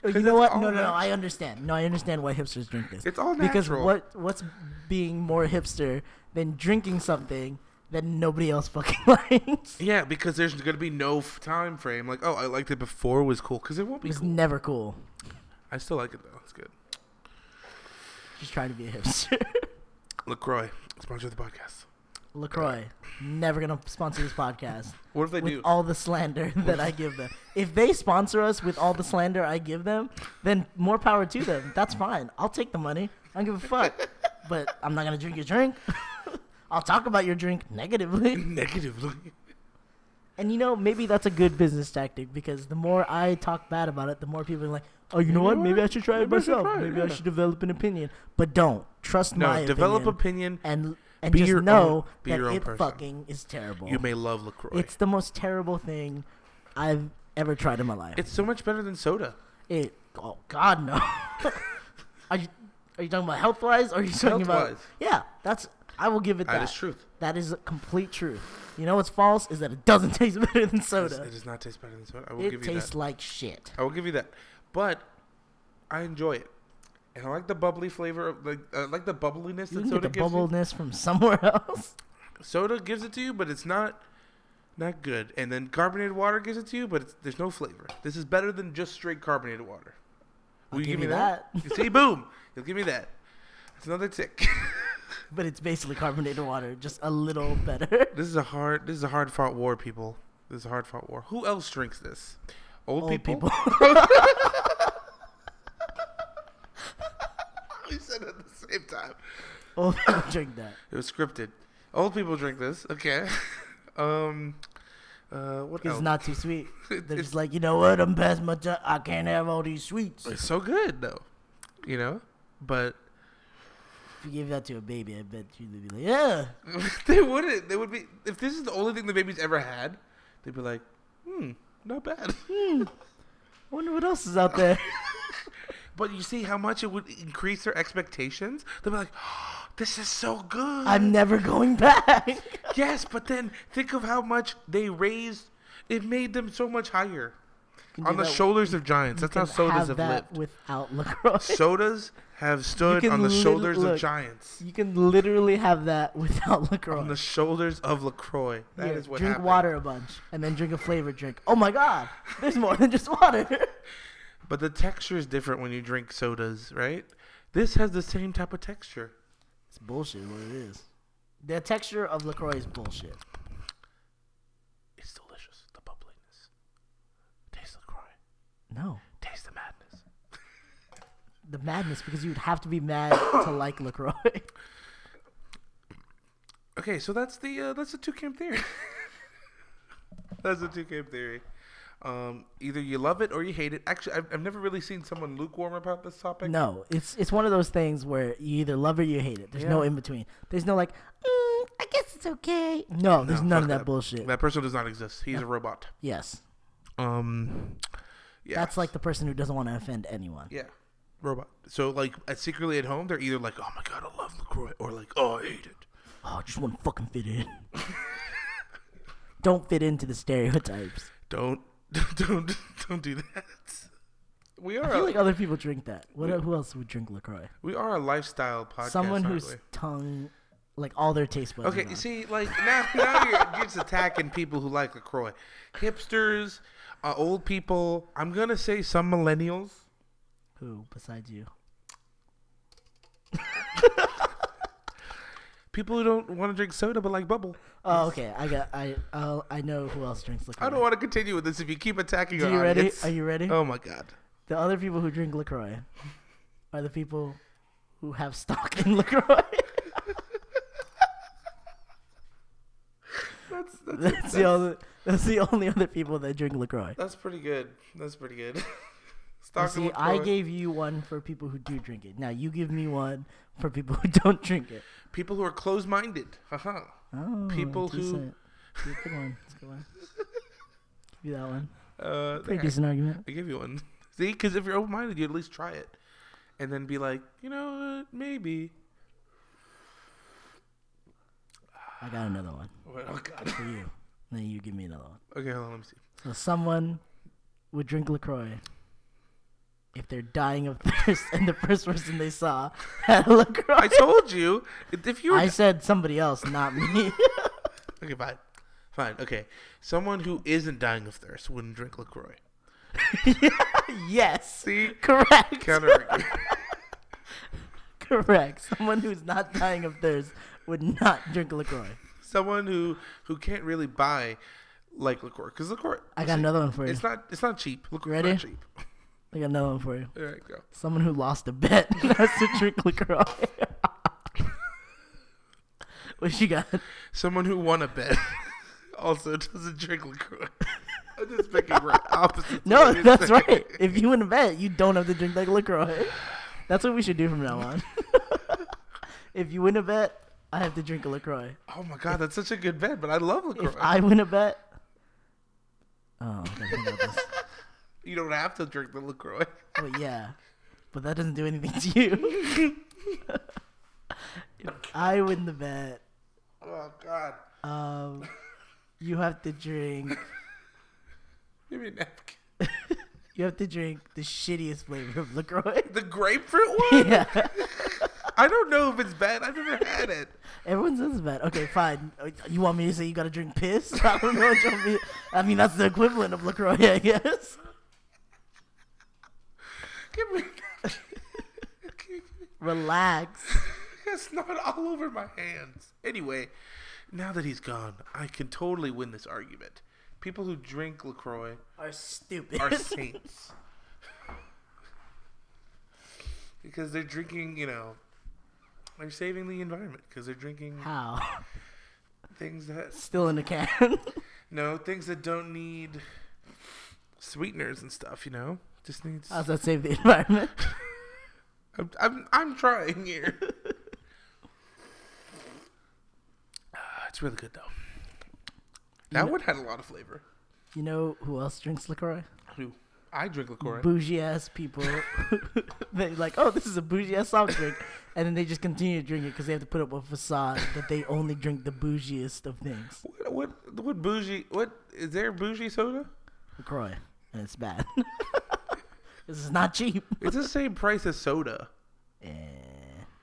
Speaker 1: oh, you
Speaker 2: 'Cause
Speaker 1: know
Speaker 2: it's
Speaker 1: what?
Speaker 2: all
Speaker 1: No, no, no.
Speaker 2: natural.
Speaker 1: I understand. No, I understand why hipsters drink this.
Speaker 2: It's all
Speaker 1: Because
Speaker 2: natural.
Speaker 1: what what's being more hipster than drinking something that nobody else fucking likes?
Speaker 2: Yeah, because there's gonna be no f- time frame. Like, oh, I liked it before was cool because it won't be
Speaker 1: It's
Speaker 2: cool.
Speaker 1: never cool.
Speaker 2: I still like it though. It's good.
Speaker 1: Just trying to be a hipster.
Speaker 2: Lacroix sponsor the podcast.
Speaker 1: LaCroix, never gonna sponsor this podcast.
Speaker 2: What if they
Speaker 1: with
Speaker 2: do?
Speaker 1: all the slander that I give them. If they sponsor us with all the slander I give them, then more power to them. That's fine. I'll take the money. I don't give a fuck. But I'm not gonna drink your drink. I'll talk about your drink negatively.
Speaker 2: Negatively.
Speaker 1: And you know, maybe that's a good business tactic because the more I talk bad about it, the more people are like, "Oh, you know what? Maybe I should try it
Speaker 2: Maybe I should
Speaker 1: myself.
Speaker 2: try it,
Speaker 1: Maybe I
Speaker 2: yeah."
Speaker 1: should develop an opinion." But don't trust
Speaker 2: No,
Speaker 1: my
Speaker 2: develop
Speaker 1: opinion
Speaker 2: opinion.
Speaker 1: and and
Speaker 2: Be
Speaker 1: just
Speaker 2: your
Speaker 1: know
Speaker 2: own- be
Speaker 1: that
Speaker 2: your own
Speaker 1: it
Speaker 2: person.
Speaker 1: fucking is terrible.
Speaker 2: You may love Lacroix.
Speaker 1: It's
Speaker 2: It's,
Speaker 1: the most terrible thing I've ever tried in my life.
Speaker 2: so much better than soda.
Speaker 1: It. Oh God, no. are you are you talking about health wise? Or are you talking about?
Speaker 2: Health-wise.
Speaker 1: Yeah, that's. I will give it that.
Speaker 2: That is truth.
Speaker 1: That is a complete truth. You know what's false is that it doesn't taste better than
Speaker 2: It does,
Speaker 1: soda.
Speaker 2: it does not taste better than soda. I will
Speaker 1: It
Speaker 2: give you
Speaker 1: tastes
Speaker 2: that.
Speaker 1: like shit.
Speaker 2: I will give you that. But I enjoy it, and I like the bubbly flavor. Of, like I like the bubbliness
Speaker 1: You
Speaker 2: that
Speaker 1: can get
Speaker 2: soda
Speaker 1: the
Speaker 2: gives. You.
Speaker 1: bubbleness from somewhere else.
Speaker 2: Soda gives it to you, but it's not not good. And then carbonated water gives it to you, but it's, there's no flavor. This is better than just straight carbonated water.
Speaker 1: I'll
Speaker 2: Will you
Speaker 1: give
Speaker 2: give me
Speaker 1: you
Speaker 2: that?
Speaker 1: that.
Speaker 2: You See, boom. You'll give me that. It's another tick.
Speaker 1: But it's basically carbonated water, just a little better.
Speaker 2: This is a hard. This is a hard fought war, people. This is a hard fought war. Who else drinks this? Old,
Speaker 1: Old
Speaker 2: people.
Speaker 1: people.
Speaker 2: we said it at the same time.
Speaker 1: Oh, people drink that.
Speaker 2: It was scripted. Old people drink this. Okay. um. Uh. What
Speaker 1: It's
Speaker 2: else?
Speaker 1: not too sweet.
Speaker 2: It-
Speaker 1: They're
Speaker 2: it's-
Speaker 1: just like, you know what? I'm past my time. I can't have all these sweets. If
Speaker 2: It's so good though. You know. But
Speaker 1: you give that to a baby, I bet you'd be like, yeah,
Speaker 2: they wouldn't. They would be. If this is the only thing the baby's ever had, they'd be like, hmm, not bad.
Speaker 1: I wonder what else is out there.
Speaker 2: But you see how much it would increase their expectations? They'll be like, this is so good.
Speaker 1: I'm never going back.
Speaker 2: yes, but then think of how much they raised. It made them so much higher on the shoulders of giants. That's how sodas have
Speaker 1: that
Speaker 2: lived.
Speaker 1: without Lacroix.
Speaker 2: Sodas have stood
Speaker 1: can
Speaker 2: on the
Speaker 1: lit-
Speaker 2: shoulders of
Speaker 1: look.
Speaker 2: giants.
Speaker 1: you can literally have that without Lacroix.
Speaker 2: On the shoulders of Lacroix. That is
Speaker 1: Here,
Speaker 2: what
Speaker 1: drink
Speaker 2: happened.
Speaker 1: water a bunch and then drink a flavored drink. Oh my god, there's more than just water.
Speaker 2: But the texture is different when you drink sodas, right? This has the same type of texture.
Speaker 1: it's bullshit. What it is? The texture of Lacroix is bullshit.
Speaker 2: It's delicious. The bubbliness. Taste Lacroix.
Speaker 1: No,
Speaker 2: Taste the madness.
Speaker 1: the madness because you'd have to be mad to like Lacroix.
Speaker 2: Okay, so that's the uh, that's the two camp theory. that's the two camp theory. Um, either you love it or you hate it. Actually, I've, I've never really seen someone lukewarm about this topic.
Speaker 1: no, it's it's one of those things where you either love it or you hate it. There's no
Speaker 2: Yeah.
Speaker 1: in between. There's no like, mm, I guess it's it's okay. No, there's
Speaker 2: No,
Speaker 1: none
Speaker 2: fuck
Speaker 1: of that, bullshit.
Speaker 2: That person does not exist. He's a robot.
Speaker 1: yes.
Speaker 2: Um, yeah.
Speaker 1: That's like the person who doesn't want to offend anyone.
Speaker 2: yeah, robot. So like, at secretly at home, they're either like, "Oh my god, I love Lacroix," or like, "Oh, I hate it."
Speaker 1: Oh, I just want to fucking fit in. Don't fit into the stereotypes.
Speaker 2: Don't, don't, don't do that. We
Speaker 1: I
Speaker 2: are a,
Speaker 1: feel like other people drink that. What? Who else would drink Lacroix?
Speaker 2: we are a lifestyle podcast.
Speaker 1: Someone
Speaker 2: aren't
Speaker 1: whose
Speaker 2: we?
Speaker 1: tongue, like all their taste buds.
Speaker 2: Okay,
Speaker 1: are
Speaker 2: you
Speaker 1: on.
Speaker 2: see, like now, now you're just attacking people who like Lacroix, hipsters, uh, old people. I'm gonna say some millennials.
Speaker 1: who besides you?
Speaker 2: People who don't want to drink soda but like bubble.
Speaker 1: Oh, okay. I got. I. I'll, I know who else drinks Lacroix.
Speaker 2: I don't want to continue with this if you keep attacking
Speaker 1: Are
Speaker 2: our
Speaker 1: you ready?
Speaker 2: audience.
Speaker 1: Are you ready?
Speaker 2: Oh my god.
Speaker 1: The other people who drink Lacroix are the people who have stock in Lacroix.
Speaker 2: That's that's
Speaker 1: that's the only. That's the only other people that drink Lacroix.
Speaker 2: that's pretty good. That's pretty good.
Speaker 1: You
Speaker 2: Stock
Speaker 1: see, I gave you one for people who do drink it. Now you give me one for people who don't drink it.
Speaker 2: people who are closed-minded. Uh-huh. Haha.
Speaker 1: Oh,
Speaker 2: People who-
Speaker 1: decent. Good good one. That's a good one. Give you that one.
Speaker 2: Uh,
Speaker 1: Pretty
Speaker 2: there,
Speaker 1: decent argument.
Speaker 2: I give you one. See, because if you're open-minded, you at least try it, and then be like, you know, what, maybe.
Speaker 1: I got another one
Speaker 2: Well, Oh god.
Speaker 1: for you. And then you give me another one.
Speaker 2: Okay, hold on. Let me see.
Speaker 1: So someone would drink Lacroix if they're dying of thirst, and the first person they saw had a Lacroix.
Speaker 2: I told you if you were
Speaker 1: I said somebody else, not me.
Speaker 2: okay, fine, fine, okay. Someone who isn't dying of thirst wouldn't drink Lacroix.
Speaker 1: yes,
Speaker 2: See,
Speaker 1: correct,
Speaker 2: counter.
Speaker 1: correct. Someone who's not dying of thirst would not drink Lacroix.
Speaker 2: Someone who who can't really buy like Lacroix because Lacroix.
Speaker 1: I got another one for you.
Speaker 2: It's not it's not cheap. Lacroix
Speaker 1: Ready?
Speaker 2: not cheap.
Speaker 1: I got another one for you.
Speaker 2: There you go.
Speaker 1: Someone who lost a bet has to drink Lacroix. what you got?
Speaker 2: Someone who won a bet also doesn't drink Lacroix. I'm just making right opposite.
Speaker 1: No, that's right. If you win a bet, you don't have to drink like LaCroix. That's what we should do from now on. if you win a bet, I have to drink a LaCroix.
Speaker 2: Oh my god, that's such a good bet. But I love Lacroix.
Speaker 1: If I win a bet. Oh, I gotta think about this.
Speaker 2: you don't have to drink the Lacroix.
Speaker 1: Well, yeah. But that doesn't do anything to you. if I win the bet,
Speaker 2: Oh god,
Speaker 1: um, you have to drink.
Speaker 2: give me a napkin.
Speaker 1: You have to drink the shittiest flavor of LaCroix.
Speaker 2: The grapefruit one.
Speaker 1: yeah.
Speaker 2: I don't know if it's bad. I've never had it.
Speaker 1: Everyone says that. Okay, fine. Uh, You want me to say you gotta drink piss? I don't know what you want me. I mean, that's the equivalent of Lacroix, I guess.
Speaker 2: Give me that.
Speaker 1: Relax.
Speaker 2: It's not all over my hands. Anyway, now that he's gone, I can totally win this argument. People who drink LaCroix
Speaker 1: Are stupid.
Speaker 2: are saints. because they're drinking, you know, they're saving the environment because they're drinking
Speaker 1: How?
Speaker 2: things that
Speaker 1: Still in the can.
Speaker 2: no, things that don't need sweeteners and stuff, you know? Just needs
Speaker 1: How's that save the environment?
Speaker 2: I'm, I'm, I'm trying here. Ah, it's really good though. That one had a lot of flavor.
Speaker 1: You know who else drinks Lacroix?
Speaker 2: Who? I drink Lacroix.
Speaker 1: Bougie ass people. they like, oh, this is a bougie ass soft drink, and then they just continue to drink it because they have to put up a facade that they only drink the bougiest of things,
Speaker 2: What, what? What bougie? What is there bougie soda?
Speaker 1: Lacroix, and it's bad. this is not cheap.
Speaker 2: It's the same price as soda.
Speaker 1: Eh,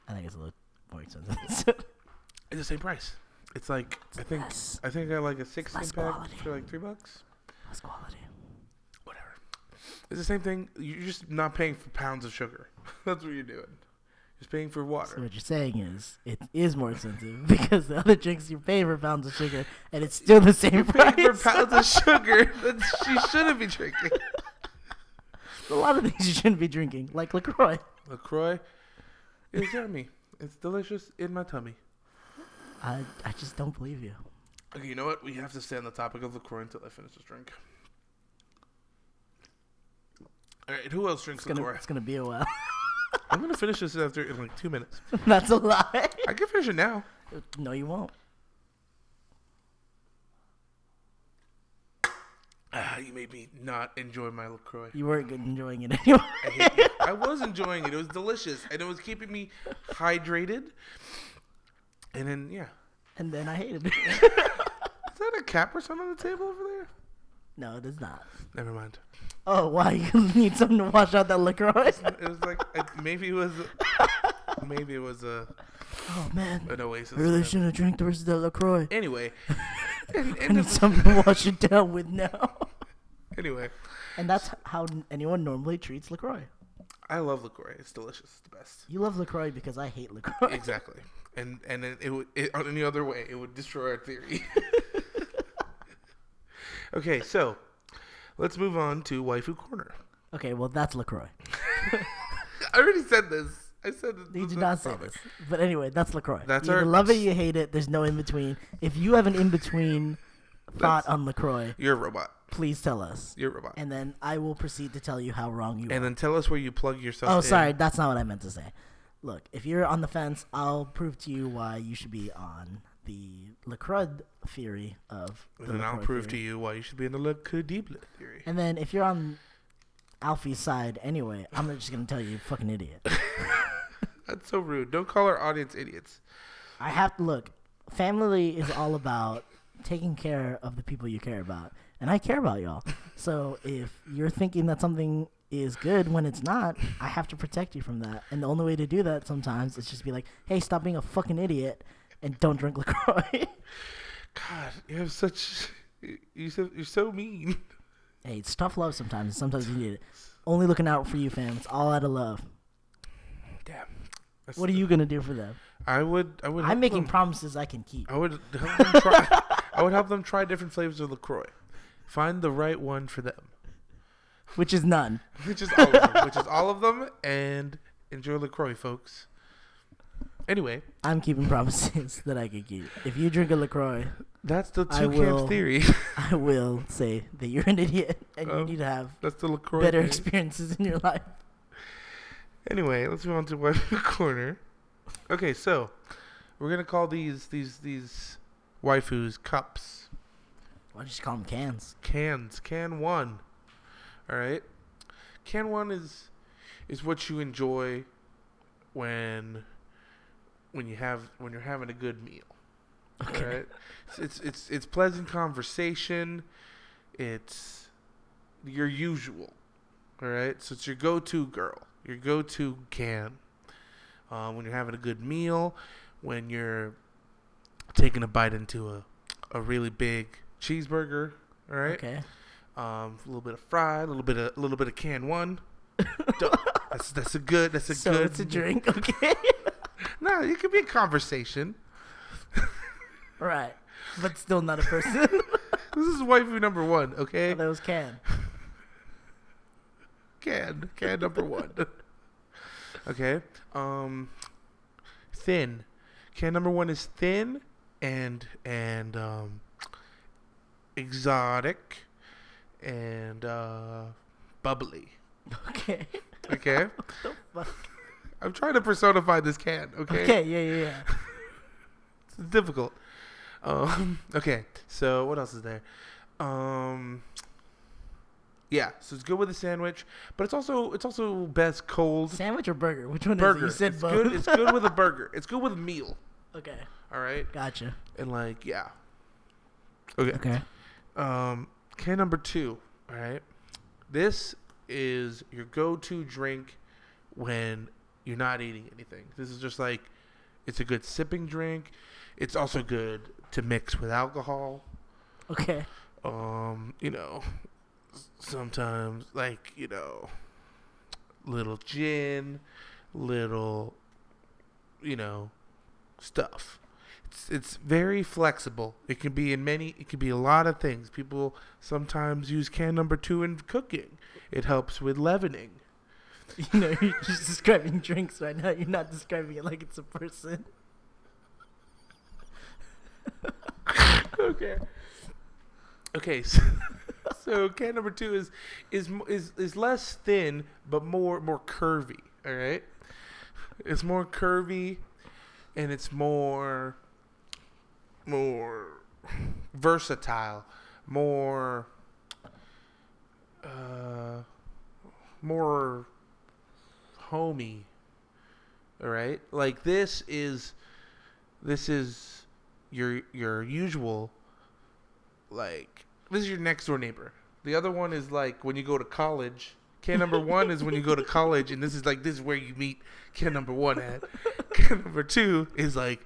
Speaker 1: I think it's a little more expensive. So,
Speaker 2: It's the same price. It's like I think
Speaker 1: less.
Speaker 2: I think I like a sixteen
Speaker 1: less
Speaker 2: pack
Speaker 1: quality.
Speaker 2: for like three bucks.
Speaker 1: That's quality.
Speaker 2: Whatever. It's the same thing. You're just not paying for pounds of sugar. That's what you're doing. Just paying for water.
Speaker 1: So what you're saying is it is more expensive because the other drinks you're paying for pounds of sugar and it's still the same price.
Speaker 2: paying for pounds of sugar that she shouldn't be drinking.
Speaker 1: a lot of things you shouldn't be drinking, like Lacroix.
Speaker 2: LaCroix is yummy. It's delicious in my tummy.
Speaker 1: I I just don't believe you.
Speaker 2: Okay, you know what? We have to stay on the topic of LaCroix until I finish this drink. All right, who else drinks
Speaker 1: It's gonna
Speaker 2: LaCroix?
Speaker 1: it's gonna be a while.
Speaker 2: I'm going to finish this after in like two minutes.
Speaker 1: That's a lie.
Speaker 2: I can finish it now.
Speaker 1: No, you won't.
Speaker 2: you made me not enjoy my LaCroix.
Speaker 1: Ah, You weren't good enjoying it anyway.
Speaker 2: I, hate you. I was enjoying it. It was delicious. And it was keeping me hydrated. And then, yeah.
Speaker 1: and then I hated it.
Speaker 2: Is that a cap or something on the table over there?
Speaker 1: no, it is not.
Speaker 2: Never mind.
Speaker 1: Oh, why? You need something to wash out that LaCroix?
Speaker 2: It was like, I- maybe it was. Maybe it was a,
Speaker 1: Oh, man.
Speaker 2: an oasis.
Speaker 1: I really
Speaker 2: of-
Speaker 1: shouldn't have drank the rest of that LaCroix.
Speaker 2: Anyway. And-
Speaker 1: I
Speaker 2: and
Speaker 1: need
Speaker 2: this-
Speaker 1: something to wash it down with now.
Speaker 2: anyway.
Speaker 1: And that's how n- anyone normally treats LaCroix.
Speaker 2: I love LaCroix. It's delicious. It's the best.
Speaker 1: You love LaCroix because I hate LaCroix.
Speaker 2: Exactly. And and it, it would it, on any other way, it would destroy our theory. okay, so let's move on to waifu corner.
Speaker 1: Okay, well, that's LaCroix.
Speaker 2: I already said this. I said it.
Speaker 1: You
Speaker 2: this
Speaker 1: did not
Speaker 2: is
Speaker 1: say
Speaker 2: topic.
Speaker 1: this. But anyway, that's LaCroix.
Speaker 2: That's
Speaker 1: you either
Speaker 2: our-
Speaker 1: love it, you hate it. There's no in between. If you have an in between thought
Speaker 2: That's-
Speaker 1: on LaCroix,
Speaker 2: You're a robot.
Speaker 1: please tell us.
Speaker 2: You're a robot. And,
Speaker 1: And then I will proceed to tell you how wrong you are.
Speaker 2: then tell us where you plug yourself.
Speaker 1: Oh,
Speaker 2: in.
Speaker 1: sorry. That's not what I meant to say. Look, if you're on the fence, I'll prove to you why you should be on the LaCroix theory of. The
Speaker 2: And then I'll
Speaker 1: LaCroix
Speaker 2: prove
Speaker 1: theory.
Speaker 2: to you why you should be in the Le Cadible theory.
Speaker 1: And then if you're on Alfie's side anyway, I'm just gonna tell you, you fucking idiot.
Speaker 2: That's so rude. Don't call our audience idiots.
Speaker 1: I have to look. Family is all about taking care of the people you care about, and I care about y'all. So if you're thinking that something is good when it's not, I have to protect you from that. And the only way to do that sometimes is just be like, "Hey, stop being a fucking idiot and don't drink Lacroix."
Speaker 2: God, you have such. you- You so, you're so mean.
Speaker 1: hey, it's tough love sometimes. and Sometimes you need it. Only looking out for you, fam. It's all out of love.
Speaker 2: Damn. That's-
Speaker 1: What are you gonna do for them?
Speaker 2: I would. I would.
Speaker 1: I'm
Speaker 2: help
Speaker 1: making
Speaker 2: them.
Speaker 1: promises I can keep.
Speaker 2: I would help them try. I would help them try different flavors of Lacroix, find the right one for them,
Speaker 1: which is none.
Speaker 2: which is all of them, which is all of them, and enjoy Lacroix, folks. Anyway,
Speaker 1: I'm keeping promises that I can keep. If you drink a Lacroix,
Speaker 2: that's the
Speaker 1: I
Speaker 2: two
Speaker 1: will-
Speaker 2: camps theory.
Speaker 1: I will say that you're an idiot and you
Speaker 2: Um,
Speaker 1: need to have
Speaker 2: that's the Lacroix.
Speaker 1: better
Speaker 2: theory.
Speaker 1: experiences in your life.
Speaker 2: anyway, let's move on to waifu corner. Okay, so we're gonna call these these these waifus cups,
Speaker 1: Why don't you just call them cans?
Speaker 2: cans, can one. All right, can one is is what you enjoy when when you have when you're having a good meal.
Speaker 1: Okay.
Speaker 2: Right? It's, it's it's it's pleasant conversation. It's your usual. All right, so it's your go-to girl, your go-to can. Uh, when you're having a good meal, when you're taking a bite into a a really big cheeseburger. All right.
Speaker 1: Okay.
Speaker 2: Um, a little bit of fried, a little bit of a little bit of can one. Done. that's that's a good. That's a
Speaker 1: so
Speaker 2: good.
Speaker 1: it's a drink. Okay.
Speaker 2: No, it could be a conversation.
Speaker 1: right. But still not a person.
Speaker 2: This is waifu number one. Okay.
Speaker 1: that was can.
Speaker 2: Can can number one. okay. Um. Thin. Can number one is thin and and um. Exotic, and uh, bubbly.
Speaker 1: Okay.
Speaker 2: Okay.
Speaker 1: Fuck.
Speaker 2: I'm trying to personify this can. Okay.
Speaker 1: Okay. Yeah. Yeah. Yeah.
Speaker 2: It's difficult. Um. Okay. So what else is there? Um. Yeah. So it's good with a sandwich, but it's also it's also best cold.
Speaker 1: Sandwich or burger? Which one
Speaker 2: burger.
Speaker 1: is it? You said
Speaker 2: it's
Speaker 1: both.
Speaker 2: good. It's good with a burger. It's good with a meal.
Speaker 1: okay.
Speaker 2: All right.
Speaker 1: Gotcha.
Speaker 2: And like yeah. Okay.
Speaker 1: Okay.
Speaker 2: Um. Can number two. All right. This is your go-to drink when you're not eating anything. This is just like it's a good sipping drink. It's also good to mix with alcohol.
Speaker 1: Okay.
Speaker 2: Um. You know. s- Sometimes like you know. Little gin, little you know, stuff. It's it's very flexible. It can be in many. It can be a lot of things. People sometimes use can number two in cooking. It helps with leavening.
Speaker 1: You know, you're just describing drinks right now. You're not describing it like it's a person.
Speaker 2: okay. Okay. So, so can number two is is m- is is less thin but more more curvy. All right. It's more curvy, and it's more more versatile, more uh, more homey. All right? Like this is this is your your usual like this is your next door neighbor. The other one is like when you go to college. Can number one is when you go to college, and this is like this is where you meet can number one at. Can number two is like,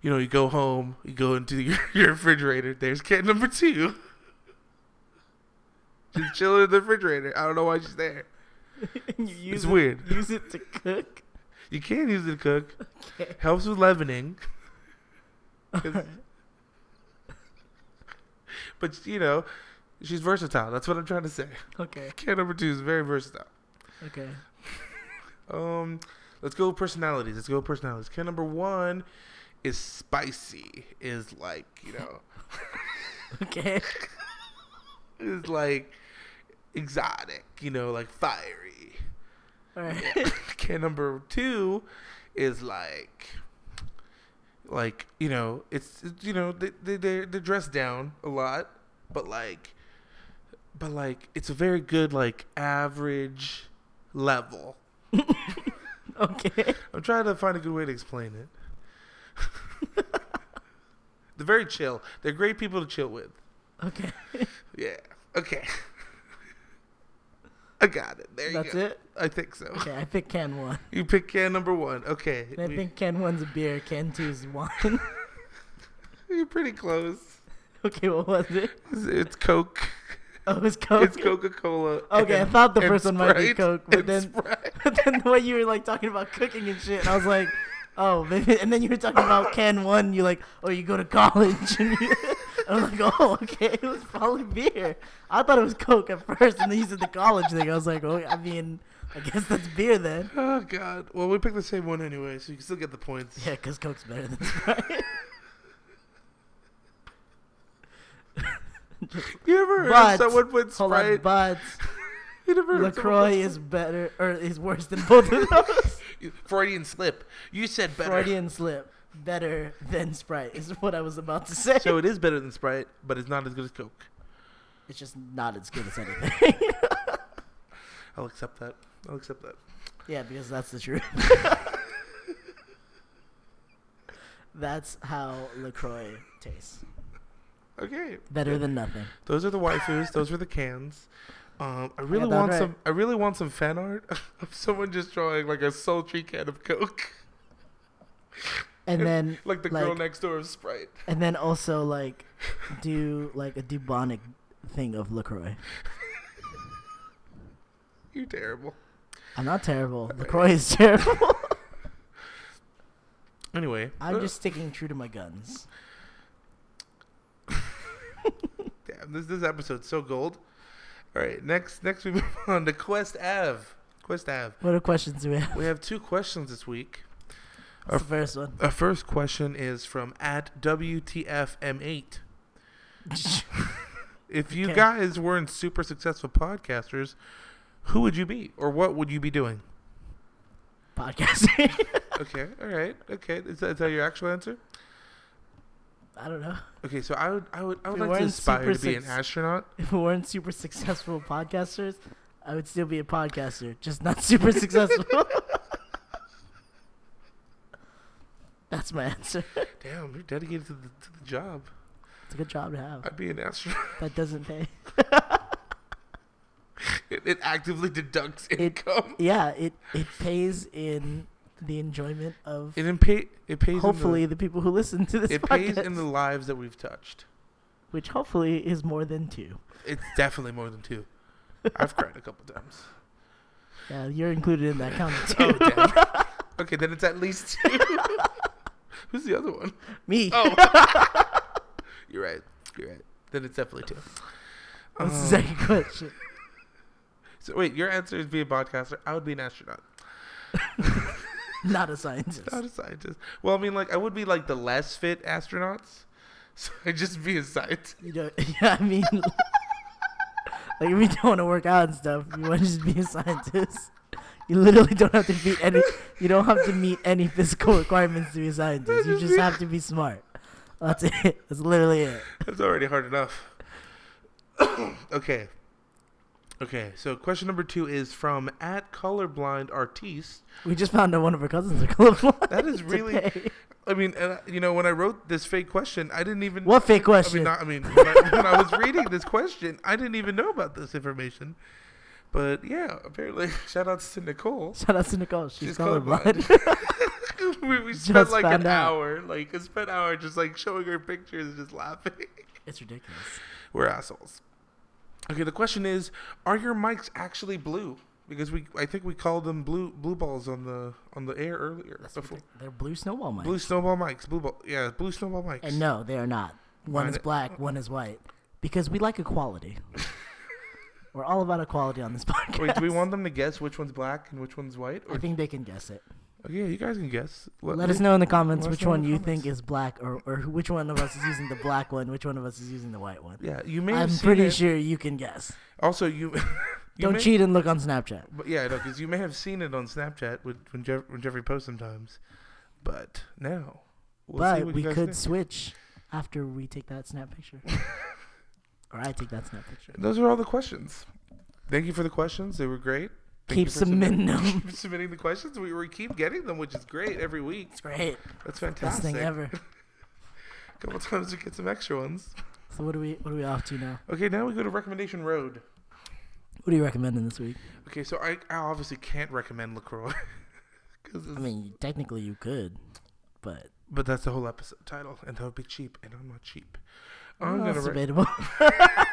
Speaker 2: you know, you go home, you go into your, your refrigerator. There's can number two, just chilling in the refrigerator. I don't know why she's there.
Speaker 1: you use
Speaker 2: It's
Speaker 1: it,
Speaker 2: weird.
Speaker 1: Use it to cook.
Speaker 2: You can use it to cook.
Speaker 1: Okay.
Speaker 2: Helps with leavening. 'Cause- But you know, she's versatile. That's what I'm trying to say.
Speaker 1: Okay.
Speaker 2: Can number two is very versatile.
Speaker 1: Okay.
Speaker 2: Um, let's go personalities. Let's go personalities. Can number one is spicy. Is like you know,
Speaker 1: Okay.
Speaker 2: is like exotic. You know, like fiery.
Speaker 1: All right.
Speaker 2: Can number two is like, like you know, it's it's, you know they they they're, they're dressed down a lot, but like, but like it's a very good like average level.
Speaker 1: Okay.
Speaker 2: I'm trying to find a good way to explain it. They're very chill. They're great people to chill with.
Speaker 1: Okay.
Speaker 2: Yeah. Okay. I got it. There
Speaker 1: That's
Speaker 2: you go.
Speaker 1: it.
Speaker 2: I think so.
Speaker 1: Okay, I pick can one.
Speaker 2: You pick can number one. Okay.
Speaker 1: And I
Speaker 2: we-
Speaker 1: think can one's a beer. Can two's wine.
Speaker 2: You're pretty close.
Speaker 1: okay, what was it?
Speaker 2: It's, it's Coke.
Speaker 1: Oh, it was Coke.
Speaker 2: It's Coca Cola.
Speaker 1: Okay, I thought the first one might be Coke, but then-
Speaker 2: Sprite.
Speaker 1: But then the way you were like talking about cooking and shit, I was like, oh, maybe. And then you were talking about can one. You're like, oh, you go to college. And you, I'm like, oh, okay, it was probably beer. I thought it was Coke at first, and then you said the college thing. I was like, oh, I mean, I guess that's beer then.
Speaker 2: Oh God. Well, we picked the same one anyway, so you can still get the points.
Speaker 1: Yeah, because Coke's better than Sprite.
Speaker 2: You ever heard
Speaker 1: But-
Speaker 2: of someone with
Speaker 1: Hold on,
Speaker 2: Sprite?
Speaker 1: but
Speaker 2: you never heard of someone
Speaker 1: LaCroix
Speaker 2: with
Speaker 1: is better, or is worse than both of those.
Speaker 2: Freudian slip. You said better.
Speaker 1: Freudian slip. Better than Sprite is what I was about to say.
Speaker 2: So it is better than Sprite, but it's not as good as Coke.
Speaker 1: it's just not as good as anything.
Speaker 2: I'll accept that. I'll accept that.
Speaker 1: yeah, because that's the truth. that's how LaCroix tastes.
Speaker 2: Okay.
Speaker 1: Better than nothing.
Speaker 2: Those are the waifus. those are the cans. Um, I really
Speaker 1: that
Speaker 2: want
Speaker 1: right.
Speaker 2: some. I really want some fan art of someone just drawing like a sultry can of Coke,
Speaker 1: And then
Speaker 2: like the girl
Speaker 1: Like-
Speaker 2: next door of Sprite.
Speaker 1: and then also like do like a dubonic thing of LaCroix.
Speaker 2: You terrible.
Speaker 1: I'm not terrible. LaCroix is terrible.
Speaker 2: Anyway, uh,
Speaker 1: I'm just sticking true to my guns.
Speaker 2: damn. This this episode's so gold. All right, next next we move on to Quest Ave. Quest Ave.
Speaker 1: What are questions do we have?
Speaker 2: We have two questions this week.
Speaker 1: What's the first one?
Speaker 2: Our first question is from at WTFM8. If you
Speaker 1: Okay.
Speaker 2: guys weren't super successful podcasters, who would you be, or what would you be doing?
Speaker 1: Podcasting.
Speaker 2: Okay, all right, okay. Is that, is that your actual answer?
Speaker 1: I don't know.
Speaker 2: Okay, so I would, I would, I would
Speaker 1: We
Speaker 2: like to
Speaker 1: weren't
Speaker 2: aspire
Speaker 1: super
Speaker 2: to be an
Speaker 1: suc-
Speaker 2: astronaut.
Speaker 1: if we weren't super successful podcasters, I would still be a podcaster, just not super successful. That's my answer.
Speaker 2: Damn, you're dedicated to the, to the job.
Speaker 1: It's a good job to have.
Speaker 2: I'd be an astronaut.
Speaker 1: That doesn't pay.
Speaker 2: It, it actively deducts income.
Speaker 1: Yeah, it it pays in the enjoyment of
Speaker 2: It, it, pay, it pays. in the-
Speaker 1: hopefully the, people who listen to this
Speaker 2: it
Speaker 1: podcast,
Speaker 2: pays in the lives that we've touched.
Speaker 1: which hopefully is more than two.
Speaker 2: It's definitely more than two. I've cried a couple times.
Speaker 1: Yeah, you're included in that count too.
Speaker 2: Oh, damn. okay, then it's at least two. Who's the other one?
Speaker 1: Me.
Speaker 2: Oh, you're right. You're right. Then it's definitely two.
Speaker 1: What's the
Speaker 2: Um,
Speaker 1: second question?
Speaker 2: so wait, your answer is be a podcaster. I would be an astronaut,
Speaker 1: Not a scientist.
Speaker 2: not a scientist. Well, I mean, like I would be like the less fit astronauts, so I'd just be a scientist.
Speaker 1: You don't. Yeah, I mean, like if you don't want to work out and stuff, you want to just be a scientist. You literally don't have to be any. You don't have to meet any physical requirements to be a scientist. You just have to be smart. That's it. That's literally it.
Speaker 2: That's already hard enough. okay. Okay, so question number two is from at colorblind artiste.
Speaker 1: We just found out one of her cousins are colorblind.
Speaker 2: That is really.
Speaker 1: today.
Speaker 2: I mean, and, I- you know, when I wrote this fake question, I didn't even.
Speaker 1: What fake
Speaker 2: I mean,
Speaker 1: question?
Speaker 2: not, I mean, when I, when I was reading this question, I didn't even know about this information. But yeah, apparently, shout outs to Nicole.
Speaker 1: Shout out to Nicole. She's,
Speaker 2: She's
Speaker 1: colorblind.
Speaker 2: we, we
Speaker 1: Just
Speaker 2: spent like
Speaker 1: found
Speaker 2: an
Speaker 1: out.
Speaker 2: hour, like a spent hour, just like showing her pictures and just laughing.
Speaker 1: it's ridiculous.
Speaker 2: We're assholes. Okay, the question is: Are your mics actually blue? Because we, I think we called them blue blue balls on the on the air earlier.
Speaker 1: That's
Speaker 2: before.
Speaker 1: ridic- They're blue snowball mics.
Speaker 2: Blue snowball mics, blue ball, yeah, blue snowball mics.
Speaker 1: And no, they are not. One
Speaker 2: Mine
Speaker 1: is
Speaker 2: are-
Speaker 1: black, one is white. Because we like equality. We're all about equality on this podcast.
Speaker 2: Wait, do we want them to guess which one's black and which one's white? Or
Speaker 1: I think they can guess it.
Speaker 2: okay, you guys can guess.
Speaker 1: Let, us know in the comments
Speaker 2: let us
Speaker 1: which
Speaker 2: know in
Speaker 1: one
Speaker 2: the
Speaker 1: you
Speaker 2: comments.
Speaker 1: think is black, or, or who- which one of us is using the black one, which one of us is using the white one.
Speaker 2: Yeah, you may. have
Speaker 1: I'm
Speaker 2: seen
Speaker 1: pretty
Speaker 2: it.
Speaker 1: sure you can guess.
Speaker 2: Also, you. you
Speaker 1: Don't
Speaker 2: may-
Speaker 1: cheat and look on Snapchat.
Speaker 2: But yeah, no, because you may have seen it on Snapchat with, when, Jeff, when Jeffrey posts sometimes, but now we'll see
Speaker 1: but
Speaker 2: what
Speaker 1: we
Speaker 2: you guys
Speaker 1: could
Speaker 2: think.
Speaker 1: switch after we take that snap picture. or I take that snap picture.
Speaker 2: Those are all the questions. Thank you for the questions; they were great. Thank
Speaker 1: Keep
Speaker 2: you for submit-
Speaker 1: submitting them.
Speaker 2: Keep submitting the questions. We, we keep getting them, which is great every week.
Speaker 1: It's great.
Speaker 2: That's
Speaker 1: Best
Speaker 2: fantastic.
Speaker 1: thing ever.
Speaker 2: A couple times we get some extra ones.
Speaker 1: So what are we what are we off to now?
Speaker 2: Okay, now we go to recommendation road.
Speaker 1: What are you recommending this week?
Speaker 2: Okay, so I, I obviously can't recommend Lacroix, 'Cause
Speaker 1: I
Speaker 2: it's-
Speaker 1: mean, technically you could, but
Speaker 2: but that's the whole episode title, and that would be cheap, and I'm not cheap. I'm
Speaker 1: well,
Speaker 2: gonna
Speaker 1: it's
Speaker 2: re-
Speaker 1: debatable.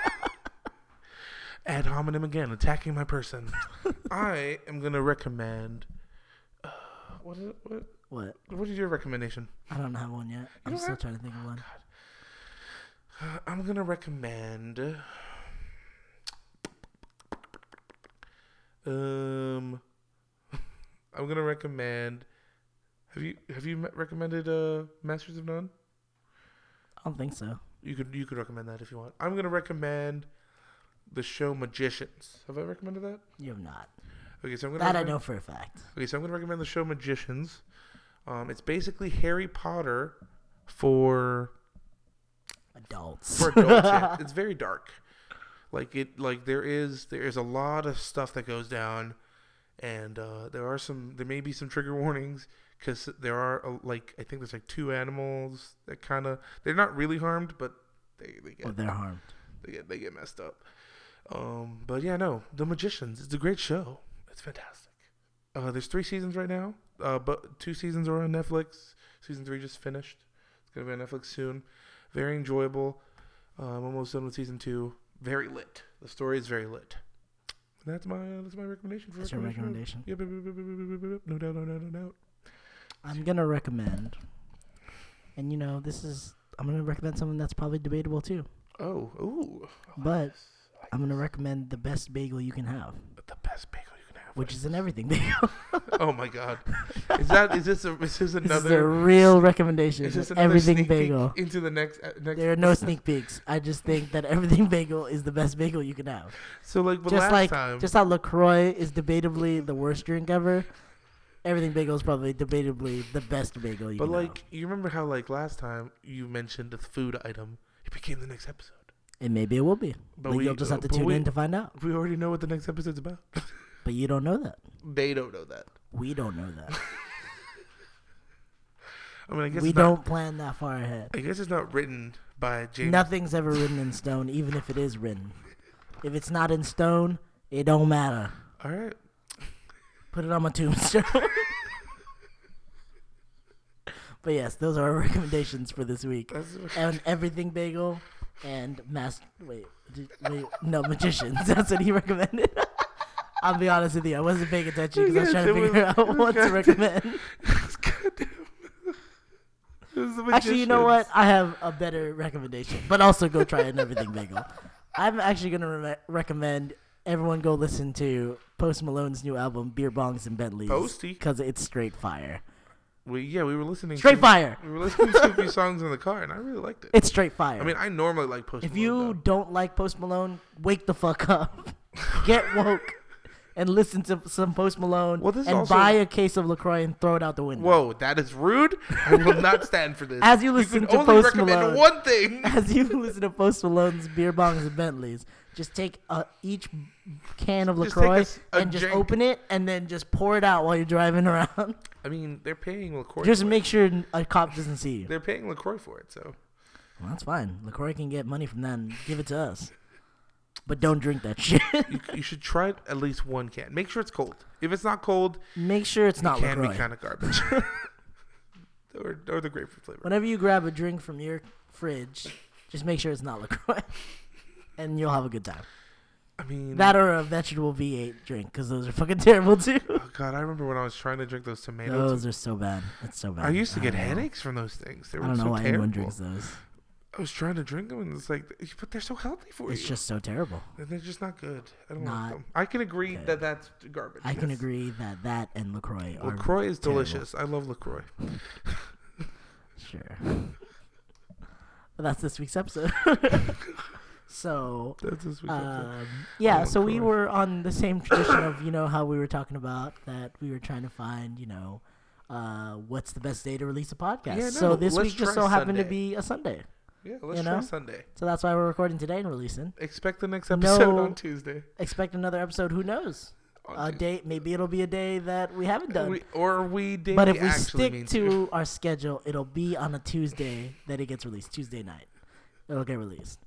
Speaker 2: ad hominem again, attacking my person. I am gonna recommend. Uh, what, is, what?
Speaker 1: what?
Speaker 2: What is your recommendation?
Speaker 1: I don't have one yet. I'm
Speaker 2: don't
Speaker 1: still
Speaker 2: have-
Speaker 1: trying to think of one.
Speaker 2: Uh, I'm gonna recommend. Um, I'm gonna recommend. Have you have you me- recommended uh Masters of None?
Speaker 1: I don't think so.
Speaker 2: You could you could recommend that if you want. I'm gonna recommend the show Magicians. Have I recommended that?
Speaker 1: You have not.
Speaker 2: Okay, so I'm gonna
Speaker 1: That I
Speaker 2: recommend-
Speaker 1: know for a fact.
Speaker 2: Okay, so I'm going to recommend the show Magicians. Um, it's basically Harry Potter for
Speaker 1: Adults.
Speaker 2: for adults. yeah. It's very dark. Like it, like there is there is a lot of stuff that goes down, and uh, there are some there may be some trigger warnings because there are uh, like I think there's like two animals that kind of they're not really harmed, but they they get
Speaker 1: Well, they're harmed.
Speaker 2: they get they get messed up. Um, but yeah, no, The Magicians. It's a great show. It's fantastic. Uh, there's three seasons right now. Uh, but two seasons are on Netflix. Season three just finished. It's gonna be on Netflix soon. Very enjoyable. Uh, I'm almost done with season two. Very lit. The story is very lit. And that's my that's my recommendation for
Speaker 1: That's your recommendation.
Speaker 2: Yep, yep, yep, yep, yep, yep, yep, yep. No doubt, no doubt, no doubt.
Speaker 1: I'm gonna recommend, and you know, this is I'm gonna recommend something that's probably debatable too.
Speaker 2: Oh, ooh. I like
Speaker 1: But
Speaker 2: this. I like
Speaker 1: I'm gonna
Speaker 2: this.
Speaker 1: recommend the best bagel you can have,
Speaker 2: the best bagel you can have.
Speaker 1: which
Speaker 2: right?
Speaker 1: is an everything bagel.
Speaker 2: oh my god, is that is this a is this
Speaker 1: this is
Speaker 2: another
Speaker 1: a real recommendation.
Speaker 2: Is this
Speaker 1: an
Speaker 2: another
Speaker 1: everything
Speaker 2: sneak peek
Speaker 1: bagel.
Speaker 2: into the next uh, next?
Speaker 1: There are no sneak peeks. I just think that everything bagel is the best bagel you can have.
Speaker 2: So like the
Speaker 1: just
Speaker 2: last
Speaker 1: like
Speaker 2: time,
Speaker 1: just how Lacroix is debatably the worst drink ever, everything bagel is probably debatably the best bagel you
Speaker 2: but
Speaker 1: can
Speaker 2: like
Speaker 1: have.
Speaker 2: you remember how like last time you mentioned the food item, it became the next episode.
Speaker 1: And maybe it will be.
Speaker 2: But
Speaker 1: But
Speaker 2: we
Speaker 1: you'll just have to
Speaker 2: but
Speaker 1: tune
Speaker 2: we,
Speaker 1: in to find out.
Speaker 2: We already know what the next episode's about.
Speaker 1: But you don't know that.
Speaker 2: They don't know that.
Speaker 1: We don't know that.
Speaker 2: I mean, I guess
Speaker 1: we
Speaker 2: it's not-
Speaker 1: don't plan that far ahead.
Speaker 2: I guess it's not written by James.
Speaker 1: Nothing's ever written in stone, even if it is written. If it's not in stone, it don't matter.
Speaker 2: All right.
Speaker 1: Put it on my tombstone. but yes, those are our recommendations for this week.
Speaker 2: That's
Speaker 1: And everything bagel and mass wait, did- wait no magicians. That's what he recommended. I'll be honest with you, I wasn't paying attention because I was trying
Speaker 2: Yes,
Speaker 1: to
Speaker 2: it was-
Speaker 1: figure
Speaker 2: it
Speaker 1: out
Speaker 2: was
Speaker 1: what to
Speaker 2: goddamn-
Speaker 1: recommend.
Speaker 2: goddamn. It was the
Speaker 1: Actually, you know what?
Speaker 2: magicians.
Speaker 1: I have a better recommendation, but also go try an everything bagel. I'm actually gonna re- recommend everyone go listen to Post Malone's new album, Beer Bongs and Bentleys,
Speaker 2: Posty.
Speaker 1: because it's straight fire.
Speaker 2: We yeah, we were listening.
Speaker 1: Straight
Speaker 2: to,
Speaker 1: fire.
Speaker 2: We were listening to a few songs in the car, and I really liked it.
Speaker 1: It's straight fire.
Speaker 2: I mean, I normally like Post.
Speaker 1: if
Speaker 2: Malone,
Speaker 1: you
Speaker 2: though.
Speaker 1: don't like Post Malone, wake the fuck up. Get woke. and listen to some Post Malone
Speaker 2: Well, this is
Speaker 1: and
Speaker 2: also-
Speaker 1: buy a case of LaCroix and throw it out the window.
Speaker 2: Whoa, that is rude. I will not stand for this.
Speaker 1: As you listen
Speaker 2: can
Speaker 1: to
Speaker 2: only
Speaker 1: Post
Speaker 2: recommend
Speaker 1: Malone.
Speaker 2: one thing.
Speaker 1: As you listen to Post Malone's beer bongs and Bentleys, just take uh, each can of
Speaker 2: Just take a
Speaker 1: LaCroix
Speaker 2: s- a
Speaker 1: and just
Speaker 2: drink.
Speaker 1: open it and then just pour it out while you're driving around.
Speaker 2: I mean, they're paying LaCroix.
Speaker 1: just
Speaker 2: for it.
Speaker 1: make sure a cop doesn't see you.
Speaker 2: They're paying LaCroix for it, so.
Speaker 1: Well, that's fine. LaCroix can get money from that and give it to us. But don't drink that shit.
Speaker 2: You, you should try at least one can. Make sure it's cold. If it's not cold,
Speaker 1: Make sure it's not
Speaker 2: it can
Speaker 1: LaCroix.
Speaker 2: be kind of garbage. or, or the grapefruit flavor.
Speaker 1: Whenever you grab a drink from your fridge, just make sure it's not LaCroix. and you'll have a good time.
Speaker 2: I mean,
Speaker 1: That or a vegetable V8 drink, because those are fucking terrible too.
Speaker 2: oh God, I remember when I was trying to drink those tomatoes.
Speaker 1: Those are so bad. It's so bad.
Speaker 2: I used to get
Speaker 1: don't know.
Speaker 2: headaches from those things. They were
Speaker 1: I don't
Speaker 2: so
Speaker 1: know why
Speaker 2: terrible.
Speaker 1: anyone drinks those.
Speaker 2: I was trying to drink them, and it's like, but they're so healthy for
Speaker 1: It's
Speaker 2: you.
Speaker 1: just so terrible.
Speaker 2: and they're just not good. I don't like
Speaker 1: Not
Speaker 2: them. I can agree
Speaker 1: good.
Speaker 2: that that's garbage.
Speaker 1: I can
Speaker 2: yes.
Speaker 1: agree that that and LaCroix are.
Speaker 2: Lacroix is
Speaker 1: terrible.
Speaker 2: delicious. I love Lacroix.
Speaker 1: Sure. But that's this week's episode. so
Speaker 2: That's this week's episode.
Speaker 1: Um, yeah,
Speaker 2: want
Speaker 1: so we
Speaker 2: Troy.
Speaker 1: were on the same tradition of you know how we were talking about that we were trying to find you know uh, what's the best day to release a podcast.
Speaker 2: Yeah,
Speaker 1: so
Speaker 2: no,
Speaker 1: this
Speaker 2: let's
Speaker 1: week just
Speaker 2: try
Speaker 1: so happened to
Speaker 2: Sunday.
Speaker 1: be a Sunday,
Speaker 2: Yeah, let's
Speaker 1: you
Speaker 2: try
Speaker 1: know?
Speaker 2: Sunday.
Speaker 1: so that's why we're recording today and releasing.
Speaker 2: Expect the next episode
Speaker 1: No.
Speaker 2: on Tuesday.
Speaker 1: Expect another episode. Who knows?
Speaker 2: On
Speaker 1: A
Speaker 2: Tuesday.
Speaker 1: day, maybe it'll be a day that we haven't done.
Speaker 2: Oh, We, or we did.
Speaker 1: but if we
Speaker 2: actually mean
Speaker 1: stick to our schedule, it'll be on a Tuesday that it gets released. Tuesday night, it'll get released.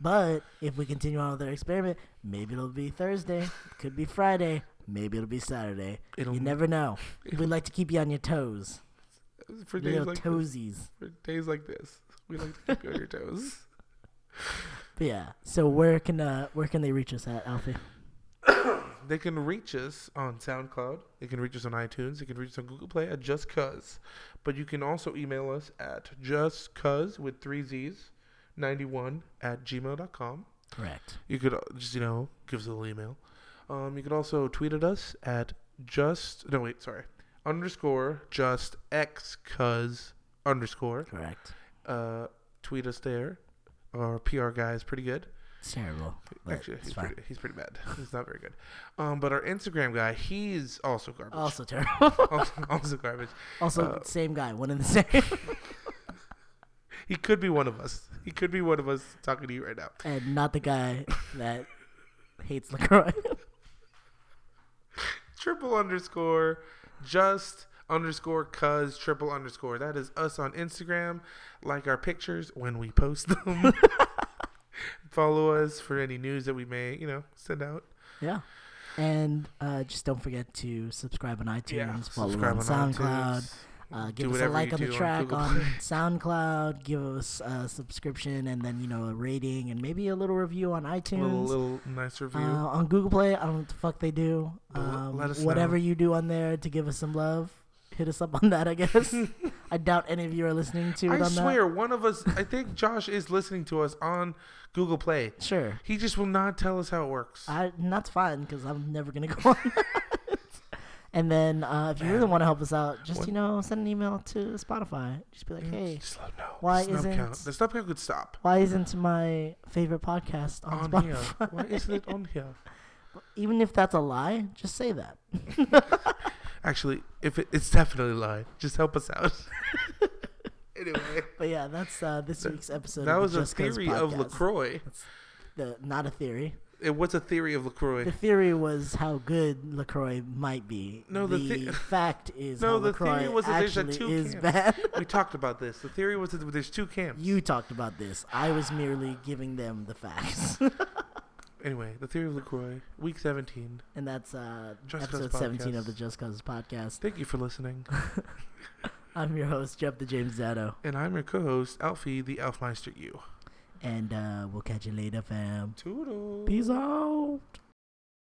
Speaker 1: But if we continue on with our experiment, maybe it'll be Thursday. Could be Friday. Maybe it'll be Saturday.
Speaker 2: It'll-
Speaker 1: you never know. We
Speaker 2: it'll-
Speaker 1: like to keep you on your toes,
Speaker 2: for days
Speaker 1: little
Speaker 2: like this,
Speaker 1: toesies.
Speaker 2: for days like this, we like to keep you on your toes.
Speaker 1: But yeah. So where can uh, where can they reach us at Alfie?
Speaker 2: They can reach us on SoundCloud. They can reach us on iTunes. They can reach us on Google Play at Just Cuz. But you can also email us at Just Cuz with three Z's, 91 at gmail.com.
Speaker 1: Correct.
Speaker 2: You could uh, just, you know, give us a little email. Um, you could also tweet at us at just, no, wait, sorry, underscore just X Cuz underscore.
Speaker 1: Correct.
Speaker 2: Uh, tweet us there. Our PR guy is pretty good.
Speaker 1: It's terrible. But
Speaker 2: Actually,
Speaker 1: it's
Speaker 2: he's
Speaker 1: fine.
Speaker 2: pretty, he's pretty bad. He's not very good. Um, but our Instagram guy, he's also garbage.
Speaker 1: Also terrible.
Speaker 2: also, also garbage.
Speaker 1: also
Speaker 2: Uh,
Speaker 1: same guy, one and the same.
Speaker 2: He could be one of us. He could be one of us talking to you right now.
Speaker 1: and not the guy that hates LaCroix.
Speaker 2: Triple underscore, just underscore, cuz triple underscore. That is us on Instagram. Like our pictures when we post them. Follow us for any news that we may, you know, send out.
Speaker 1: yeah. And uh, just don't forget to subscribe on iTunes, follow
Speaker 2: subscribe
Speaker 1: us on SoundCloud,
Speaker 2: iTunes.
Speaker 1: uh,
Speaker 2: Do
Speaker 1: give us a
Speaker 2: whatever
Speaker 1: like
Speaker 2: you
Speaker 1: on the
Speaker 2: do
Speaker 1: track
Speaker 2: Google
Speaker 1: on,
Speaker 2: Play.
Speaker 1: SoundCloud, give us a subscription, and then, you know, a rating and maybe a little review on iTunes.
Speaker 2: little, little nice
Speaker 1: uh,
Speaker 2: review.
Speaker 1: on Google Play, I don't know what the fuck they do.
Speaker 2: But let-
Speaker 1: Um,
Speaker 2: let us
Speaker 1: whatever
Speaker 2: know.
Speaker 1: you do on there to give us some love, hit us up on that, I guess. I doubt any of you are listening to it
Speaker 2: I
Speaker 1: on
Speaker 2: swear, one of us. I think Josh is listening to us on Google Play.
Speaker 1: that. Sure.
Speaker 2: He just will not tell us how it works.
Speaker 1: I, and that's fine because I'm never gonna go on. that. and then uh, if you really want to help us out, just
Speaker 2: What?
Speaker 1: you know send an email to Spotify. Just be like, hey,
Speaker 2: Mm, Just let him know.
Speaker 1: why
Speaker 2: the snub
Speaker 1: isn't-
Speaker 2: count. the snub count could stop
Speaker 1: why isn't my favorite podcast on,
Speaker 2: on here?
Speaker 1: Spotify?
Speaker 2: Why isn't it on here?
Speaker 1: Even if that's a lie, just say that.
Speaker 2: Actually, if it, it's definitely a lie, just help us out. anyway,
Speaker 1: But yeah, that's uh, this week's episode.
Speaker 2: that
Speaker 1: of
Speaker 2: was
Speaker 1: the
Speaker 2: a
Speaker 1: Just 'Cause
Speaker 2: theory of
Speaker 1: podcast.
Speaker 2: Lacroix.
Speaker 1: The, not a theory.
Speaker 2: It was a theory of Lacroix.
Speaker 1: The theory was how good Lacroix might be.
Speaker 2: No, the
Speaker 1: the
Speaker 2: the-
Speaker 1: fact is
Speaker 2: No,
Speaker 1: how
Speaker 2: the
Speaker 1: LaCroix
Speaker 2: theory was that there's a
Speaker 1: actually
Speaker 2: two
Speaker 1: is
Speaker 2: camps.
Speaker 1: bad.
Speaker 2: we talked about this. The theory was that there's two camps.
Speaker 1: you talked about this. I was merely giving them the facts.
Speaker 2: Anyway, the theory of Lacroix, week 17.
Speaker 1: And that's uh,
Speaker 2: Just Cause
Speaker 1: episode 17 of
Speaker 2: Podcast.
Speaker 1: the Just Cause podcast.
Speaker 2: Thank you for listening.
Speaker 1: I'm your host, Jeff the James Zato.
Speaker 2: and I'm your co-host, Alfie the Elfmeister. You.
Speaker 1: And uh, we'll catch you later, fam.
Speaker 2: Toodles.
Speaker 1: Peace out.